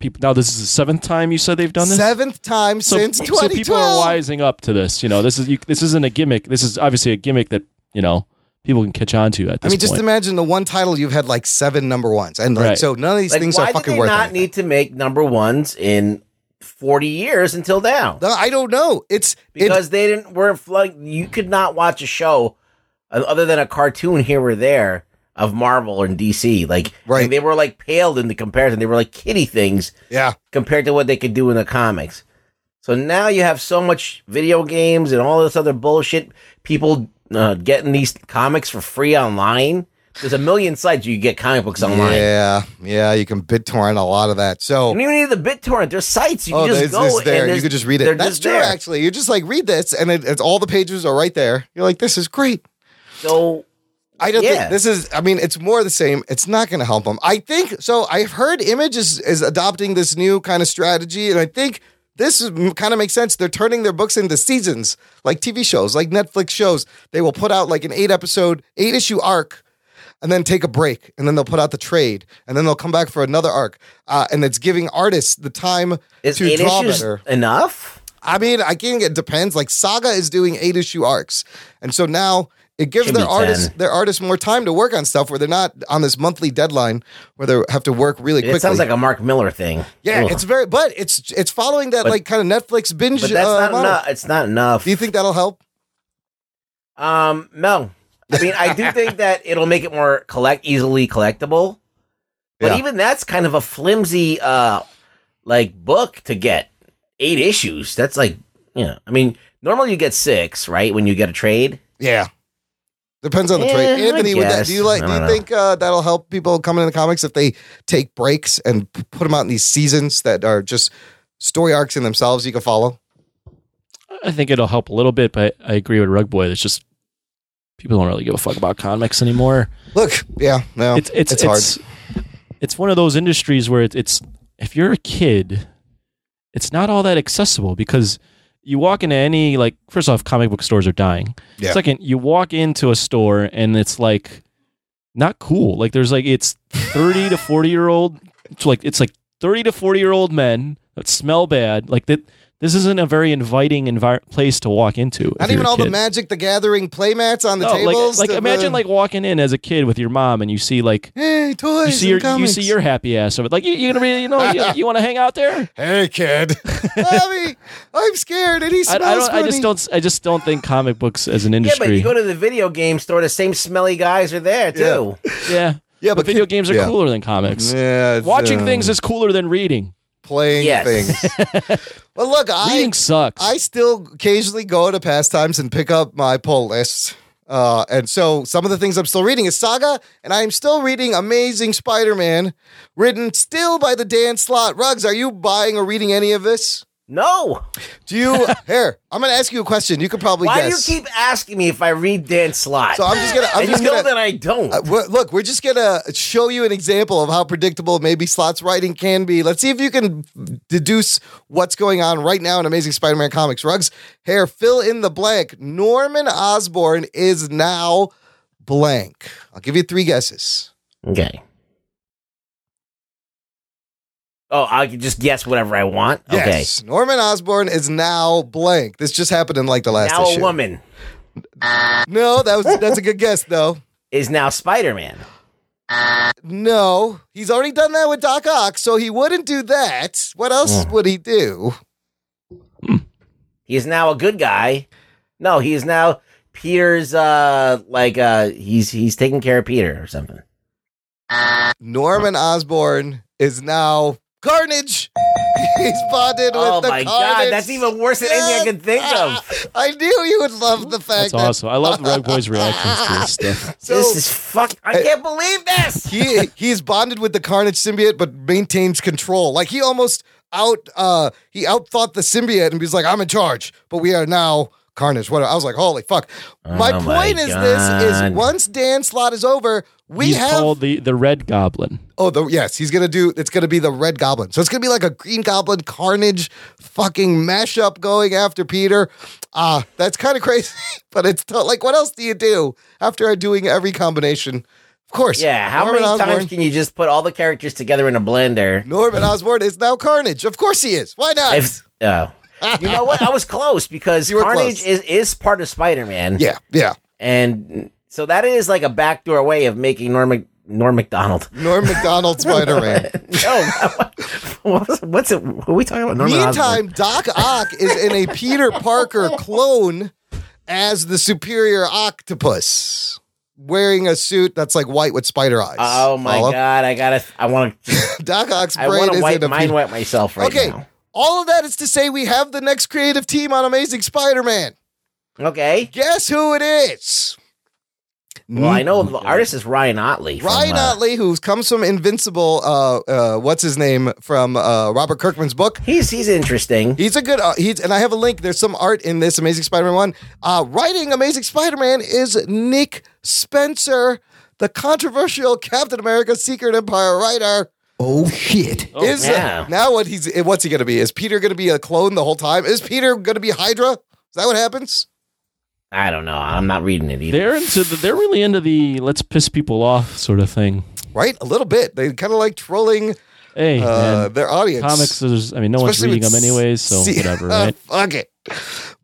people now this is the seventh time you said they've done this
seventh time since
so people are
2012.
wising up to this. You know, this is you, this isn't a gimmick. This is obviously a gimmick that you know people can catch on to at
I
this
mean, just
point.
imagine the one title you've had like seven number ones, and like
Right.
so none of these
Like,
things
why
are fucking
did they
worth
not
it.
need to make number ones in 40 years until now?
No, I don't know. It's
because they didn't weren't flooding. You could not watch a show uh, other than a cartoon here or there of Marvel and DC. Like right. they were like paled in the comparison. They were like kitty things.
Yeah,
compared to what they could do in the comics. So now you have so much video games and all this other bullshit. People uh, getting these comics for free online. There's a million sites you can get comic books online.
Yeah, yeah, you can BitTorrent a lot of that. So
You don't even need the BitTorrent. There's sites you can
oh,
just
there's
go
this
and
there. You
there's-
could just read
they're
it. That's
just
true.
there.
Actually, you just like read this, and it, it's all the pages are right there. You're like, this is great.
So
I don't
yeah.
think this is. I mean, it's more the same. It's not going to help them. I think so. I've heard Image is, is adopting this new kind of strategy, and I think this kind of makes sense. They're turning their books into seasons, like TV shows, like Netflix shows. They will put out like an eight episode, eight issue arc, and then take a break, and then they'll put out the trade, and then they'll come back for another arc, uh, and it's giving artists the time
Is
to
eight
draw
issues
better.
enough?
I mean, I think it depends. Like Saga is doing eight issue arcs, and so now it gives
Should
their
be
artists
10.
their artists more time to work on stuff where they're not on this monthly deadline where they have to work really quickly.
It sounds like a Mark Miller thing.
yeah,
Ugh.
it's very, but it's it's following that
But-
like kind of Netflix binge.
but that's
uh,
not
model.
enough. It's not enough.
Do you think that'll help?
Um, no. I mean, I do think that it'll make it more collect easily collectible. But
Yeah.
even that's kind of a flimsy uh like book to get. Eight issues. That's like you know, I mean, normally you get six, right? When you get a trade.
Yeah. Depends on the
Eh,
trade.
I
Anthony, would that, do you
guess.
like?
I
Do you
don't know.
think uh, that'll help people coming into comics if they take breaks and p- put them out in these seasons that are just story arcs in themselves you can follow?
I think it'll help a little bit, but I agree with Rug Boy. It's just people don't really give a fuck about comics anymore.
Look, yeah, no,
it's it's
it's
it's,
hard.
it's, one of those industries where it, it's if you're a kid, it's not all that accessible because you walk into any like first off, comic book stores are dying.
Yeah.
Second, you walk into a store and it's like not cool. Like there's like it's thirty to forty year old. It's like it's like thirty to forty year old men that smell bad. Like that. This isn't a very inviting envir- place to walk into. if
Not
you're
even
a
all the
kid.
Magic the Gathering playmats on the
No, like-
tables.
like,
the-
imagine like walking in as a kid with your mom and you see like
hey toys.
you see
and
your
comics.
you see your happy ass of it. Like you, you're gonna be, you know, you, want to hang out there.
Hey kid, Mommy, I'm scared, and he
I, I
smells
don't. I
funny.
just don't. I just don't think comic books as an
Yeah, but
industry.
you go to the video game store, the same smelly guys are there too.
yeah,
Yeah,
but, video games are
yeah.
cooler than comics.
Yeah, it's,
Watching
um,
things is cooler than reading.
playing
Yes.
things. well, look, I
Reading sucks.
I still occasionally go to pastimes and pick up my pull list. Uh, and so some of the things I'm still reading is Saga, and I'm still reading Amazing Spider-Man, written still by the Dan Slot. Rugs, are you buying or reading any of this?
No.
Do you? here, I'm going to ask you a question. You could probably
Why
guess.
do you keep asking me if I read Dan Slott?
So I'm just gonna- I'm
And
just
you know
gonna-
that I don't.
Uh, we're- look, we're just gonna show you an example of how predictable maybe Slot's writing can be. Let's see if you can deduce what's going on right now in Amazing Spider-Man comics. Rugs, hair, fill in the blank. Norman Osborn is now blank. I'll give you three guesses.
Okay. Oh, I can just guess whatever I want. Okay.
Yes, Norman Osborn is now blank. This just happened in like the last
Now
issue.
a woman
No, that was that's a good guess though.
is now Spider Man.
No, he's already done that with Doc Ock, so he wouldn't do that. What else would he do?
He's now a good guy. No, he is now Peter's uh like uh he's he's taking care of Peter or something.
Norman Osborn is now Carnage. He's bonded
Oh
with the
my
Carnage.
god, that's even worse than anything I could think of.
I knew you would love the fact
That's awesome. I love Red Boy's reactions to this stuff.
this is fuck. I can't believe this.
he he's bonded with the Carnage symbiote, but maintains control. Like he almost out uh he outthought the symbiote and he's like, I'm in charge, but we are now Carnage. What I was like, holy fuck. my
Oh
point
my
is this
God.
is once Dan slot is over, we
He's
have
called the the Red Goblin.
Oh, the, yes, he's gonna do. It's gonna be the Red Goblin. So it's gonna be like a Green Goblin Carnage fucking mashup going after Peter. Ah, that's kind of crazy, but it's t- like, what else do you do after doing every combination? Of course,
Yeah, how
Norman
many
Osborn,
times can you just put all the characters together in a blender?
Norman Osborn is now Carnage. Of course he is. Why not?
If, oh. you know what? I was close because
You were
Carnage
close.
is is part of Spider Man.
yeah, yeah.
and so that is like a backdoor way of making Norm Norm Macdonald.
Norm McDonald Spider Man.
no, what's, what's it? What are we talking about? Norman
Meantime, Doc Ock is in a Peter Parker clone as the superior octopus, wearing a suit that's like white with spider eyes.
Oh my
Follow?
god! I gotta. I want to.
Doc Ock's
I
brain
want to
is
wipe
in a
mind
Peter-
wipe myself right
okay,
now.
all of that is to say we have the next creative team on Amazing Spider-Man.
Okay.
Guess who it is?
Well, I know the artist is Ryan Otley. from,
Mm-hmm. Ryan
uh,
Otley, who comes from Invincible, uh, uh, what's his name from uh, Robert Kirkman's book.
He's he's interesting.
He's a good. Uh, he's and I have a link. There's some art in this Amazing Spider-Man one. Uh, writing Amazing Spider-Man is Nick Spencer, the controversial Captain America: Secret Empire writer.
Oh shit.
is
yeah.
now what he's eh, what's he gonna be? Is Peter gonna be a clone the whole time? Is Peter gonna be Hydra? Is that what happens?
I don't know. I'm not reading it either.
They're into the, they're really into the let's piss people off sort of thing.
Right, a little bit. They kind of like trolling
Hey,
uh,
man,
their audience.
comics. There's, I mean, no
Especially
one's
with
reading them anyways, so
C- uh, Oh,
whatever. Right?
Fuck it.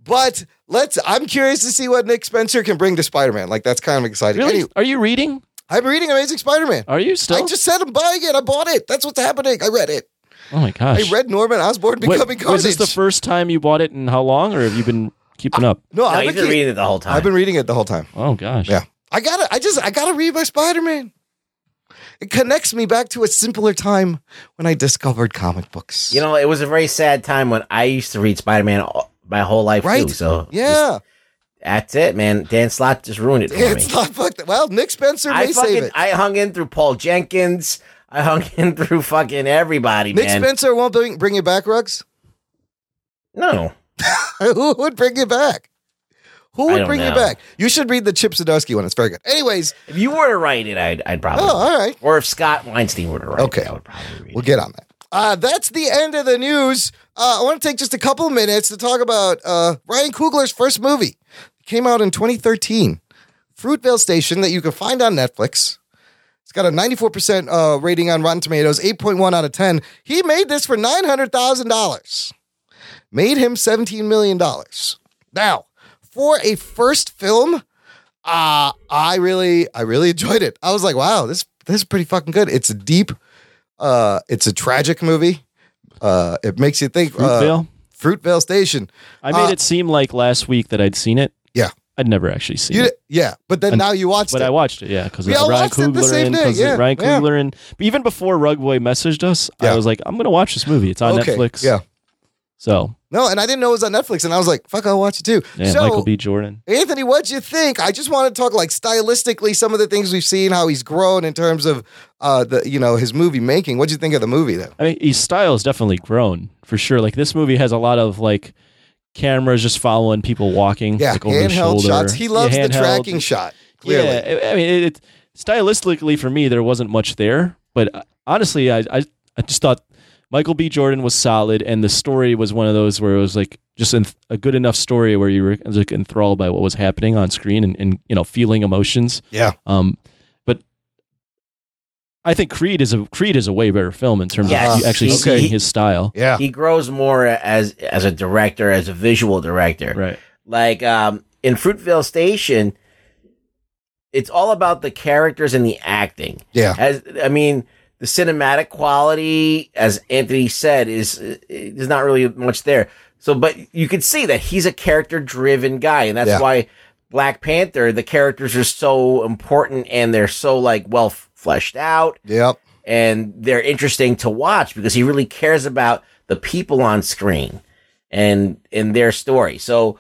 But let's. I'm curious to see what Nick Spencer can bring to Spider-Man. Like that's kind of exciting.
Really?
Anyway,
Are you reading?
I'm reading Amazing Spider-Man.
Are you
I
still?
just said I'm buying it. I bought it. That's what's happening. I read it.
oh my gosh!
I read Norman Osborn
Wait,
becoming
was
Carnage. Uh,
this the first time you bought it, and how long, or have you been keeping up?
no,
No,
I've,
you've
been
been
keep-
reading it the whole time.
I've been reading it the whole time.
Oh gosh!
Yeah. I gotta. I just. I gotta read my Spider-Man. It connects me back to a simpler time when I discovered comic books.
you know, it was a very sad time when I used to read Spider Man my whole life
Right.
too. So just-
Yeah.
that's it, man. Dan Slott just ruined it for
It's
me.
not fucked. Well, Nick Spencer may
I
save
fucking
it.
I hung in through Paul Jenkins. I hung in through fucking everybody,
Nick
man.
Spencer won't bring, bring you back, Rugs.
no,
Who would bring you back? Who
I
would
don't
bring you
know.
back? You should read the Chip Zdarsky one. It's very good. Anyways,
if you were to write it, I'd, I'd probably.
oh, all right.
Or if Scott Weinstein were to write
Okay.
it, I would probably read
We'll
it.
get on that. Uh, that's the end of the news. Uh, I want to take just a couple minutes to talk about uh, Ryan Coogler's first movie. It came out in 2013, Fruitvale Station, that you can find on Netflix. It's got a 94% uh, rating on Rotten Tomatoes, 8.1 out of 10. He made this for $900,000, made him $17 million. Now, for a first film, uh, I really, I really enjoyed it. I was like, wow, this, this is pretty fucking good. It's a deep, uh, it's a tragic movie. Uh, it makes you think. Uh,
Fruitvale.
Fruitvale Station.
I made
uh,
it seem like last week that I'd seen it.
Yeah.
I'd never actually seen
You,
it.
di- yeah, but then
And-
now you watched
But
it.
I watched it, yeah, because
We
it's
all
Ryan
watched it the
Coogler
same
in,
day,
because
yeah,
Ryan
yeah.
Coogler in. But even before Rugboy messaged us,
Yeah.
I was like, I'm gonna watch this movie. It's on
Okay,
Netflix.
yeah.
So
no, and I didn't know it was on Netflix, and I was like, "Fuck, I'll watch it too."
yeah,
so,
Michael B. Jordan.
Anthony, what'd you think? I just want to talk like stylistically some of the things we've seen, how he's grown in terms of uh the you know his movie making. What'd you think of the movie though?
I mean, his style has definitely grown for sure. Like this movie has a lot of like cameras just following people walking,
Yeah,
like over the
handheld
shoulder.
shots. He loves
Yeah,
the
handheld.
tracking shot. Clearly,
Yeah, I I mean, it, it, stylistically for me, there wasn't much there, but uh, honestly, I, I I just thought Michael B. Jordan was solid, and the story was one of those where it was like just an, a good enough story where you were like enthralled by what was happening on screen and, and you know feeling emotions.
Yeah.
Um, but I think Creed is a Creed is a way better film in terms
Yes.
of you actually
Okay.
seeing his style.
yeah,
He grows more as as a director, as a visual director.
Right.
Like um, in Fruitvale Station, it's all about the characters and the acting.
yeah.
As I mean, the cinematic quality, as Anthony said, is is not uh, really much there. So, but you could see that he's a character driven guy, and that's
Yeah.
why Black Panther, the characters are so important and they're so like well f- fleshed out.
Yep.
And they're interesting to watch because he really cares about the people on screen and in their story. So,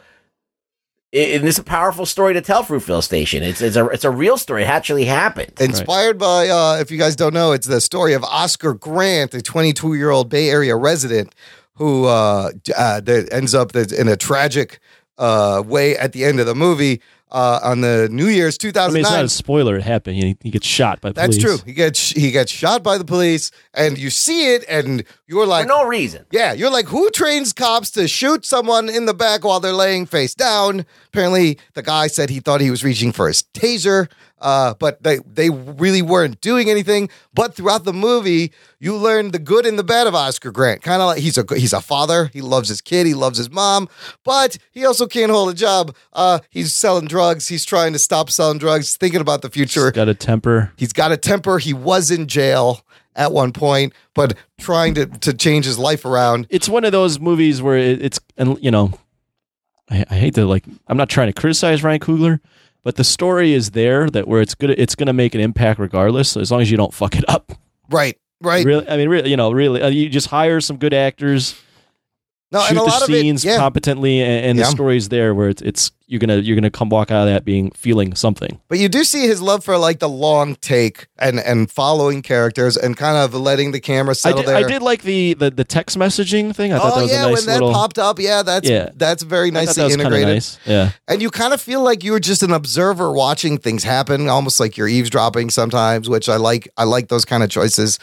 i- and this is a powerful story to tell through Phil Station. It's it's a it's a real story. It actually happened.
Inspired by, uh, if you guys don't know, it's the story of Oscar Grant, a 22 year old Bay Area resident who uh, d- uh, that ends up th- in a tragic uh, way at the end of the movie uh, on the New Year's
I
2009.
mean, it's not a spoiler. It happened. He, he gets shot by
That's
police.
true. He gets he gets shot by the police, and you see it, and you're like,
For no reason.
yeah, you're like, who trains cops to shoot someone in the back while they're laying face down? Apparently, the guy said he thought he was reaching for his taser, uh, but they they really weren't doing anything. But throughout the movie, you learn the good and the bad of Oscar Grant. Kind of like he's a he's a father. He loves his kid. He loves his mom, but he also can't hold a job. Uh, he's selling drugs. He's trying to stop selling drugs. Thinking about the future.
Got a temper.
He's got a temper. He was in jail at one point, but trying to, to change his life around.
It's one of those movies where it, it's and you know, I, I hate to like. I'm not trying to criticize Ryan Coogler, but the story is there that where it's good. It's going to make an impact regardless, so as long as you don't fuck it up.
Right, right.
Really, I mean, really, you know, really, uh, you just hire some good actors.
No,
shoot
and a
the
lot of it-
scenes
yeah.
competently, and, and
Yeah.
the story's there where it's, it's you're gonna you're gonna come walk out of that being feeling something.
But you do see his love for like the long take and and following characters and kind of letting the camera
I
settle
did,
there.
I did like the, the the text messaging thing. I thought
oh
that was
yeah,
a nice
when that
little.
popped up, yeah, that's
Yeah.
that's very
I thought
nicely
that was kinda
integrated.
nice. Yeah.
And you kind of feel like you're just an observer watching things happen, almost like you're eavesdropping sometimes, which I like. I like those kind of choices.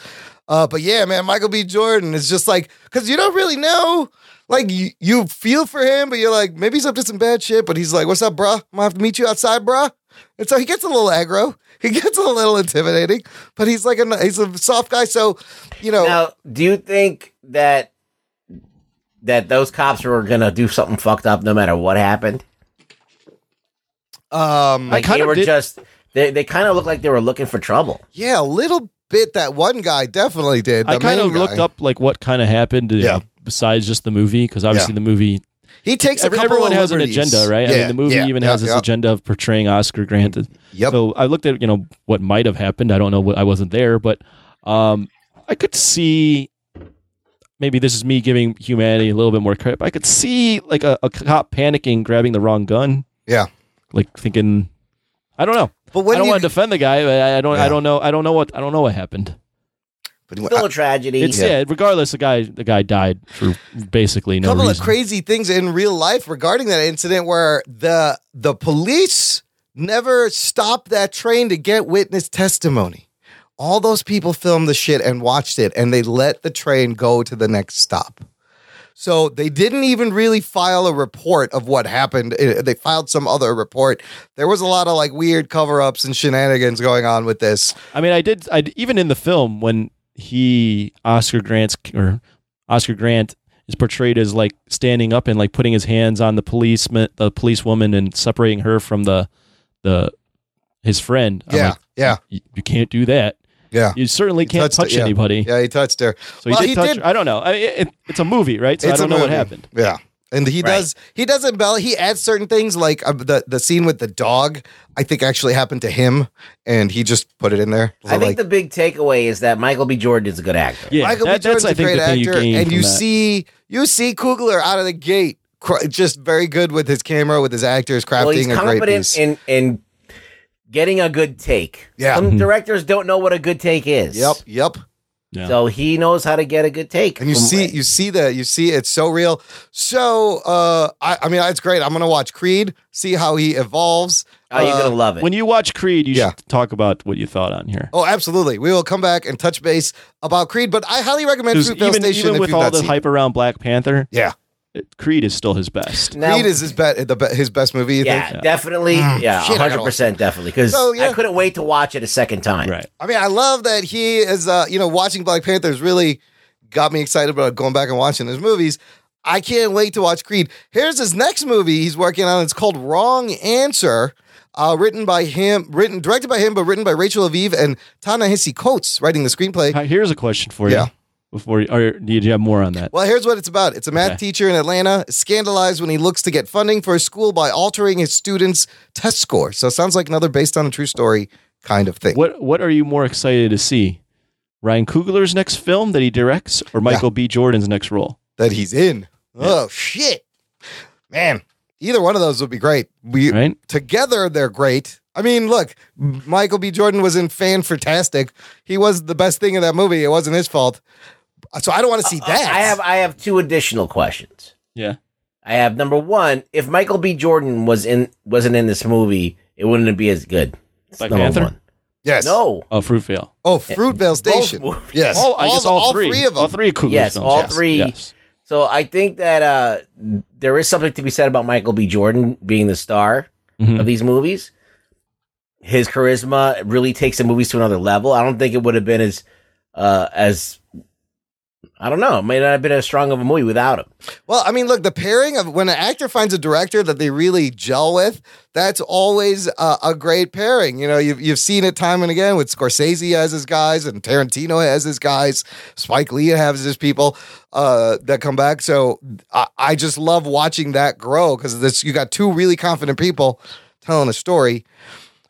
Uh, but yeah, man, Michael B. Jordan is just like because you don't really know. Like you, you feel for him, but you're like maybe he's up to some bad shit. But he's like, "What's up, bruh? I'm gonna have to meet you outside, bruh." And so he gets a little aggro. He gets a little intimidating, but he's like a he's a soft guy. So you know,
Now, do you think that that those cops were gonna do something fucked up no matter what happened?
um,
Like they were just they, they kind of looked like they were looking for trouble.
yeah, a little bit. That one guy definitely did.
I
the
kind of
main
looked
guy.
up like what kind of happened. uh,
Yeah.
Besides just the movie, because obviously
Yeah.
the movie
He takes a
Every-
couple
everyone
of
has
liberties.
an agenda, right? I
Yeah,
mean, the movie
yeah,
even
yeah,
has this
yeah.
agenda of portraying Oscar Grant.
Yep.
So I looked at you know what might have happened. I don't know what I wasn't there, but um, I could see. Maybe this is me giving humanity a little bit more credit. But I could see like a, a cop panicking, grabbing the wrong gun,
Yeah.
like thinking, I don't know.
But when
I don't
you-
want to defend the guy, but I I don't. I don't know. I don't know what. I don't know what happened.
But anyway,
Still a tragedy.
It's yeah. regardless, the guy the guy died for basically no
couple
reason.
of crazy things in real life regarding that incident where the the police never stopped that train to get witness testimony. All those people filmed the shit and watched it and they let the train go to the next stop. So they didn't even really file a report of what happened. Eh, They filed some other report. There was a lot of like weird cover-ups and shenanigans going on with this.
I mean, I did. I even in the film when he Oscar Grant's or Oscar Grant is portrayed as like standing up and like putting his hands on the policeman, the policewoman, and separating her from the the his friend. I'm
Yeah,
like,
yeah.
"You- you can't do that.
Yeah.
you certainly can't
touched her,
touch
yeah.
anybody.
Yeah, he touched her.
So he
Well,
did touch. her. I don't know. I mean, it, it's a movie, right? So I
It's a
don't know what
movie.
happened.
Yeah. And he does. He does embellish. He adds certain things, like uh, the the scene with the dog. I think actually happened to him, and he just put it in there.
I think the big takeaway is that Michael B. Jordan is a good actor.
Yeah,
Michael
that-
B. Jordan's
that's I
a
think
great
the thing you
actor,
gain
and
from
you
that.
see you see Kugler out of the gate, cr- just very good with his camera, with his actors, crafting
well, he's
a great
confident
piece.
in in getting a good take.
Yeah.
Mm-hmm.
Some directors don't know what a good take is.
yep, yep.
Yeah.
So he knows how to get a good take. Um, uh,
And you
from-
see, you see that, you see it's so real. So, uh, I, I mean, it's great. I'm gonna watch Creed, see how he evolves. Uh,
oh, you're gonna love it.
When you watch Creed, you
Yeah.
should talk about what you thought on here.
Oh, absolutely. We will come back and touch base about Creed, but I highly recommend
Because
Fruitvale Fail
even,
Station
even
if
with
you've
all
not
the
seen it.
hype around Black Panther,
Yeah.
it- Creed is still his best.
Now-
Creed is his best, the be- his best movie. You
yeah,
think?
definitely. yeah,
shit, I gotta
hundred percent, definitely. Because
So, yeah.
I couldn't wait to watch it a second time.
Right.
I mean, I love that he is. Uh, you know, watching Black Panthers really got me excited about going back and watching his movies. I can't wait to watch Creed. Here's his next movie he's working on. It's called Wrong Answer. Uh, written by him, written directed by him, but written by Rachel Aviv and Ta-Nehisi Coates, writing the screenplay.
Hi- Here's a question for you.
Yeah.
before you, or do you have more on that?
Well, here's what it's about. It's a math
Okay.
teacher in Atlanta scandalized when he looks to get funding for his school by altering his students' test score. So it sounds like another based on a true story kind of thing.
What What are you more excited to see? Ryan Coogler's next film that he directs, or Michael B. Jordan's next role
that he's in? Oh shit, man! Either one of those would be great. We together they're great. I mean, look, Michael B. Jordan was in Fan Fantastic. He was the best thing in that movie. It wasn't his fault. So I don't want to see that.
Uh, I have I have two additional questions.
Yeah.
I have number one, if Michael B. Jordan was in wasn't in this movie, it wouldn't be as good. That's
Black
number
Panther?
one.
Yes.
No.
Oh, Fruitvale.
Oh, Fruitvale Station. Yes.
All- I guess all three. All three Coogler
Yes,
films,
all
yes,
three.
yes.
So I think that uh, there is something to be said about Michael B. Jordan being the star
Mm-hmm.
of these movies. His charisma really takes the movies to another level. I don't think it would have been as uh, as I don't know. It may not have been as strong of a movie without him.
Well, I mean, look, the pairing of when an actor finds a director that they really gel with, that's always a, a great pairing. You know, you've, you've seen it time and again with Scorsese has his guys and Tarantino has his guys, Spike Lee has his people uh, that come back. So I, I just love watching that grow because this you got two really confident people telling a story.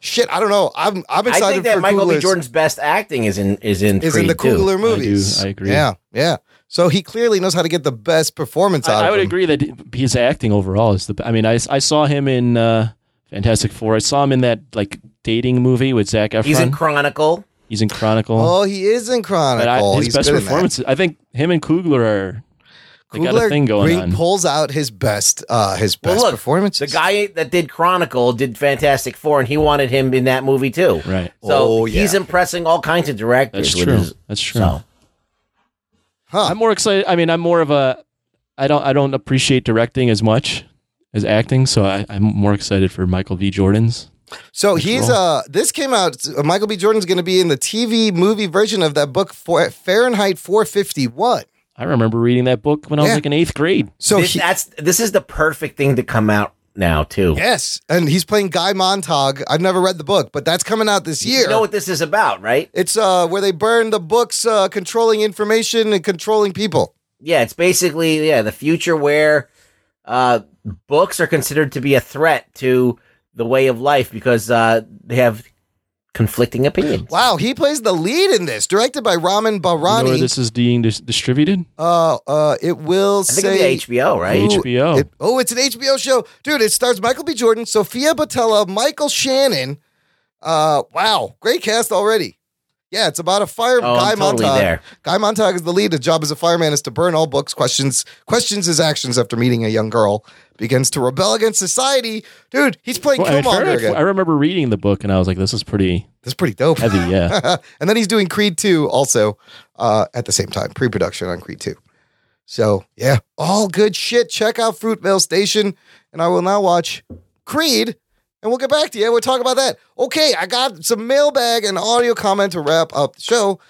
Shit, I don't know. I'm I'm
I
excited
think that
for
Michael B.
Coogler's-
Jordan's best acting is in is in
is in
Creed
the
II.
Coogler movies.
I agree.
Yeah, yeah. So he clearly knows how to get the best performance out
I, I
of
would
him.
agree that his acting overall is the. I mean, I, I saw him in uh, Fantastic Four. I saw him in that like dating movie with Zach Efron.
He's in Chronicle.
He's in Chronicle.
Oh, he is in
But
Chronicle.
I, his
He's
best
good in that.
performance. I think him and Coogler are. They got a
Coogler
thing going
bring-
on.
pulls out his best, uh, his best
look,
performance.
The guy that did Chronicle did Fantastic Four, and he wanted him in that movie too.
Right.
So
Oh, yeah.
he's impressing all kinds of directors.
That's
with
true.
his-
That's true.
so.
I'm more excited. I mean, I'm more of a. I don't. I don't appreciate directing as much as acting, so I, I'm more excited for Michael V. Jordan's.
So he's uh, this came out. uh, Michael B. Jordan's going to be in the TV movie version of that book for Fahrenheit 451.
I remember reading that book when I was
Yeah.
like in eighth grade.
So
this,
he-
that's this is the perfect thing to come out now too.
Yes, and he's playing Guy Montag. I've never read the book, but that's coming out this year.
You know what this is about, right?
it's uh, where they burn the books uh, controlling information and controlling people.
Yeah, it's basically yeah the future where uh, books are considered to be a threat to the way of life because uh, they have conflicting opinions.
Wow, he plays the lead in this, directed by Ramin
You know
Barani.
where this is being dis- distributed?
Uh, uh, it will
I think it'd
say
be HBO, right?
Who-
HBO.
it- oh, it's an HBO show, dude. It stars Michael B. Jordan, Sophia Botella, Michael Shannon. Uh, wow, great cast already. Yeah, it's about a fire
Oh,
guy
I'm totally
Montag.
there.
Guy Montag is the lead. His job as a fireman is to burn all books. Questions questions his actions after meeting a young girl. Begins to rebel against society. Dude, he's playing
Well, I, mean,
Killmonger
Fahrenheit- I
again.
remember reading the book and I was like, "This is pretty
That's pretty dope.
heavy." Yeah.
and then he's doing Creed 2 also uh, at the same time, pre production on Creed 2. So, yeah, all good shit. Check out Fruitvale Station, and I will now watch Creed, and we'll get back to you. We'll talk about that. Okay, I got some mailbag and audio comment to wrap up the show.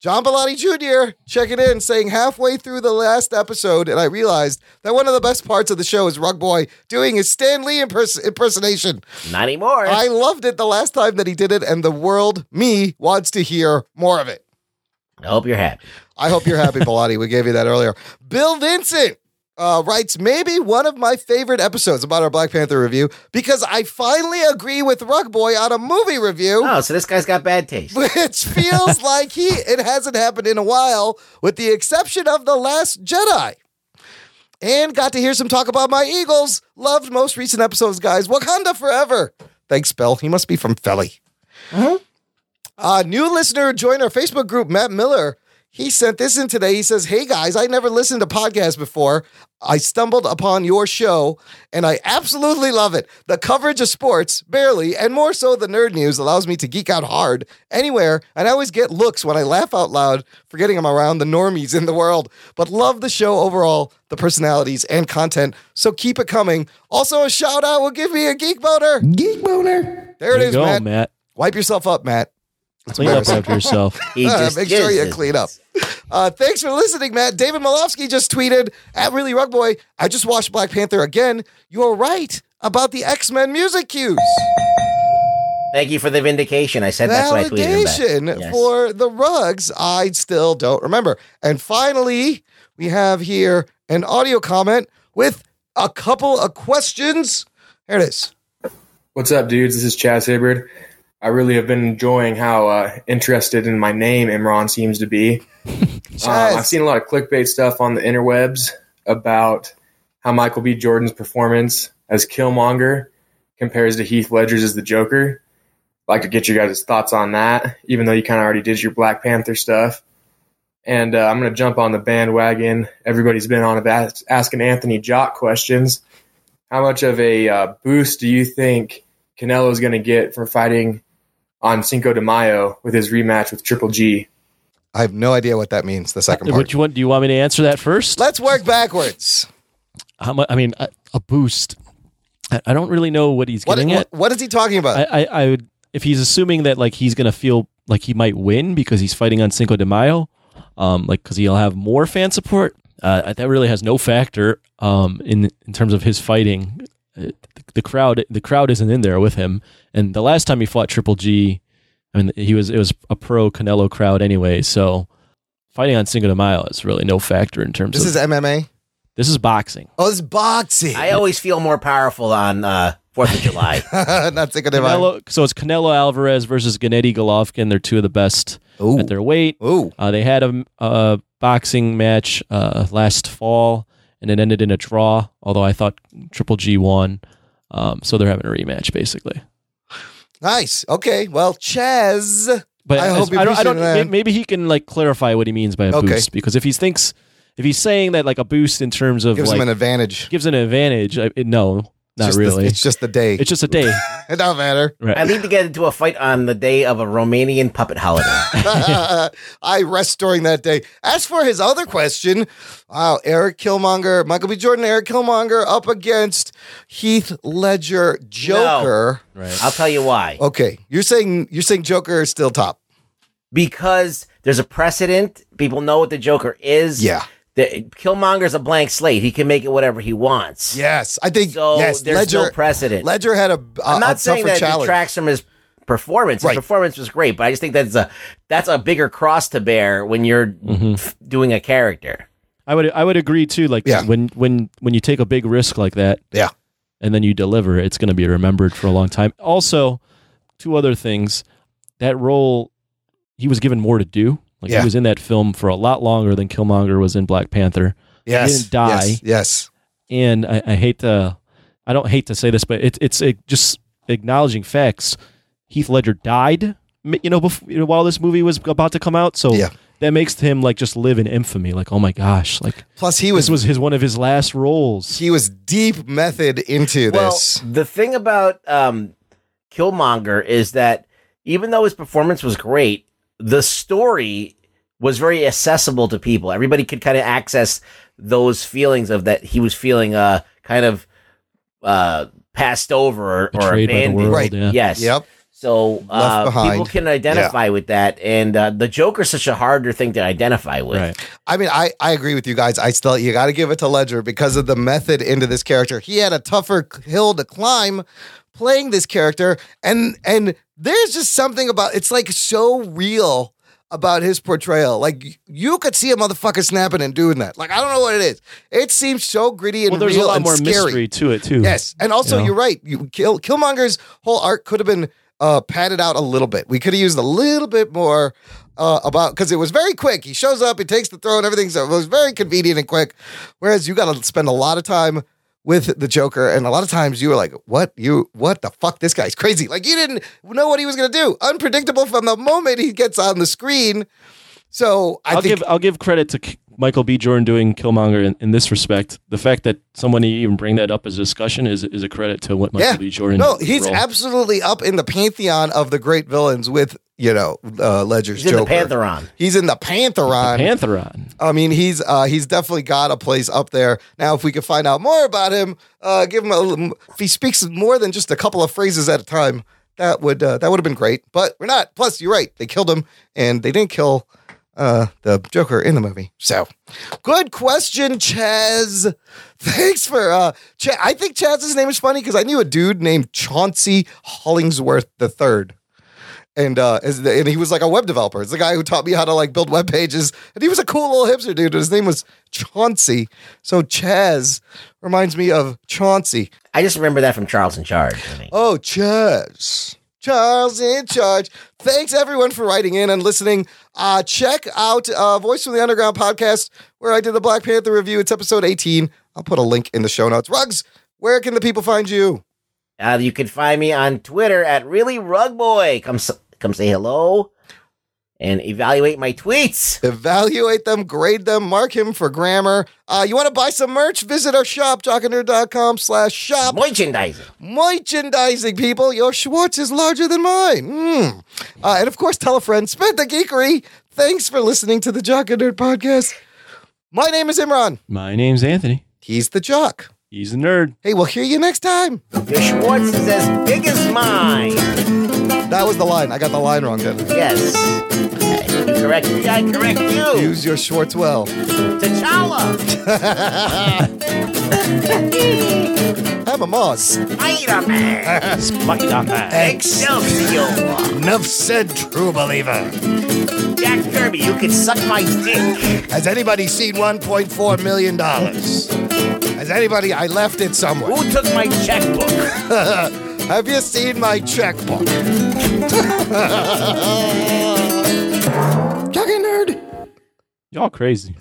John Bellotti Jr. checking in, saying halfway through the last episode, and I realized that one of the best parts of the show is Rug Boy doing his Stan Lee impers- impersonation.
Not anymore.
I loved it the last time that he did it, and the world, me, wants to hear more of it.
I hope you're happy.
I hope you're happy, Bilotti. We gave you that earlier. Bill Vincent uh, writes maybe one of my favorite episodes about our Black Panther review because I finally agree with Rug Boy on a movie review.
Oh, so this guy's got bad taste.
Which feels like he it hasn't happened in a while, with the exception of the Last Jedi. And got to hear some talk about my Eagles. Loved most recent episodes, guys. Wakanda forever. Thanks, Bill. He must be from Philly. Uh, new listener joined our Facebook group, Matt Miller. He sent this in today. He says, Hey guys, I never listened to podcasts before. I stumbled upon your show and I absolutely love it. The coverage of sports, barely, and more so the nerd news allows me to geek out hard anywhere. And I always get looks when I laugh out loud, forgetting I'm around the normies in the world. But love the show overall, the personalities and content. So keep it coming. Also, a shout out will give me a geek boner.
Geek boner.
There it
There you
is,
go,
Matt.
Matt.
Wipe yourself up, Matt. That's
Clean
what I
up
said.
after yourself.
He
Uh,
just
make sure
is
you
it.
clean up. Uh, thanks for listening, Matt. David Malofsky just tweeted at Really Rug Boy. I just watched Black Panther again. You are right about the X Men music cues.
Thank you for the vindication. I said that's why I tweeted him
validation
back. Yes.
for the rugs. I still don't remember. And finally, we have here an audio comment with a couple of questions. Here it is.
What's up, dudes? This is Chaz Hibbard. I really have been enjoying how uh, interested in my name Imran seems to be. Uh, I've seen a lot of clickbait stuff on the interwebs about how Michael B. Jordan's performance as Killmonger compares to Heath Ledger's as the Joker. I'd like to get you guys' thoughts on that, even though you kind of already did your Black Panther stuff. And uh, I'm going to jump on the bandwagon. Everybody's been on about asking Anthony Jock questions. How much of a uh, boost do you think Canelo's going to get for fighting on Cinco de Mayo with his rematch with Triple G?
I have no idea what that means. The second part.
What Uh, you want? Do you want me to answer that first?
Let's work backwards.
How mu I mean, a, a boost. I, I don't really know what he's
What,
getting
what,
at.
what is he talking about?
I, I, I would if he's assuming that like he's gonna feel like he might win because he's fighting on Cinco de Mayo, um, like because he'll have more fan support. Uh, that really has no factor um, in in terms of his fighting. Uh, The, the crowd the crowd isn't in there with him. And the last time he fought Triple G, I mean he was it was a pro Canelo crowd anyway. So fighting on Cinco de Mayo is really no factor in terms
this
of
is MMA.
this is boxing.
Oh, this is boxing.
I always feel more powerful on uh, Fourth of July.
Not Cinco de Mayo.
Canelo, so it's Canelo Alvarez versus Gennady Golovkin. They're two of the best at their weight.
Ooh.
Uh, they had a, a boxing match uh, last fall, and it ended in a draw. Although I thought Triple G won, um, so they're having a rematch basically.
Nice. Okay. Well, Chaz.
But
I
as-
hope you
I don't. I
appreciate
don't may-
that.
maybe he can like clarify what he means by a
Okay.
boost because if he thinks if he's saying that like a boost in terms of
Gives
like
him an advantage.
gives an advantage, I, it, no, not
Just the-
really.
it's just the day.
it's just a day.
it don't matter.
Right.
I need to get into a fight on the day of a Romanian puppet holiday.
I rest during that day. As for his other question, wow, Eric Killmonger, Michael B. Jordan, Eric Killmonger up against Heath Ledger, Joker.
right.
I'll tell you why.
Okay, you're saying you're saying Joker is still top.
Because there's a precedent. People know what the Joker is.
Yeah.
The, Killmonger's a blank slate. He can make it whatever he wants.
Yes, I think
So
yes.
there's
Ledger,
no precedent.
Ledger had a. a
I'm
a
not saying
tougher
that
challenge.
detracts from his performance. His
Right.
performance was great, but I just think that's a that's a bigger cross to bear when you're f- doing a character.
I would I would agree too. Like
Yeah.
when when when you take a big risk like that,
Yeah.
and then you deliver, it's going to be remembered for a long time. Also, two other things. That role, he was given more to do. Like
Yeah.
he was in that film for a lot longer than Killmonger was in Black Panther.
Yes,
he didn't die.
Yes, yes.
And I, I hate to, I don't hate to say this, but it, it's a, just acknowledging facts. Heath Ledger died, m- you know, before, you know, while this movie was about to come out. So
Yeah.
that makes him like just live in infamy. Like, oh my gosh, like
Plus, he
this
was
was his one of his last roles.
he was deep method into
Well,
this.
the thing about um, Killmonger is that even though his performance was great, the story was very accessible to people. Everybody could kind of access those feelings of that he was feeling uh, kind of uh, passed over or, or
Betrayed by the
abandoned.
world,
Right.
yeah.
Yes.
Yep.
So uh,
behind.
people can identify with that, and uh, the Joker's such a harder thing to identify with.
Right.
I mean, I, I agree with you guys. I still, you got to give it to Ledger because of the method into this character. He had a tougher hill to climb playing this character. And, and there's just something about, it's like so real about his portrayal. Like you could see a motherfucker snapping and doing that. Like, I don't know what it is. It seems so gritty and
Well, there's
real
a lot
and
more
scary.
mystery to it too.
Yes, and also
You know?
you are right. You, Kill, Killmonger's whole arc could have been uh, padded out a little bit. We could have used a little bit more uh, about because it was very quick. He shows up, he takes the throne, everything. So it was very convenient and quick. Whereas you got to spend a lot of time with the Joker, and a lot of times you were like, "What you? What the fuck? This guy's crazy!" Like you didn't know what he was gonna do. Unpredictable from the moment he gets on the screen. So I
I'll
think
give I'll give credit to K- Michael B. Jordan doing Killmonger in, in this respect. The fact that someone even bring that up as a discussion is is a credit to what Michael
Yeah.
B. Jordan.
no,
did
he's
role.
absolutely up in the pantheon of the great villains with you know uh, Ledger's
He's in
Joker.
the Pantheron.
He's in the Pantheron.
Pantheron.
I mean, he's uh, he's definitely got a place up there. Now, if we could find out more about him, uh, give him a little- if he speaks more than just a couple of phrases at a time, that would uh, that would have been great. But we're not. Plus, you're right; they killed him, and they didn't kill. uh, the Joker in the movie. So, good question, Chaz. Thanks for uh, Ch- I think Chaz's name is funny because I knew a dude named Chauncey Hollingsworth the third. And uh, is the- and he was like a web developer. It's the guy who taught me how to like build web pages. And he was a cool little hipster dude. His name was Chauncey. So Chaz reminds me of Chauncey.
I just remember that from Charles in Charge.
Oh, Chaz. Charles in charge. Thanks everyone for writing in and listening. Uh, check out uh, Voice from the Underground podcast where I did the Black Panther review. It's episode 18. I'll put a link in the show notes. Rugs, where can the people find you?
Uh, you can find me on Twitter at really rug boy. Come s- come say hello and evaluate my tweets.
Evaluate them, grade them, mark him for grammar. Uh, you want to buy some merch? Visit our shop, jockanerd.com slash shop.
Merchandising.
Merchandising, people. Your Schwartz is larger than mine. Mm. Uh, and of course, tell a friend. Spread the geekery. Thanks for listening to the Jock and Nerd podcast. My name is Imran.
My name's Anthony.
He's the jock.
He's a nerd.
Hey, we'll hear you next time.
Your Schwartz is as big as mine.
That was the line. I got the line wrong, didn't I?
Yes. You correct me, I correct you.
Use your Schwartz well.
T'Challa.
I'm a Moz.
Spider-Man.
Spider-Man.
Excelsior.
Enough said, true believer.
Jack Kirby, you can suck my dick.
Has anybody seen $1.4 million? Has anybody? I left it somewhere.
Who took my checkbook?
Have you seen my checkbook?
Jock and Nerd.
Y'all crazy.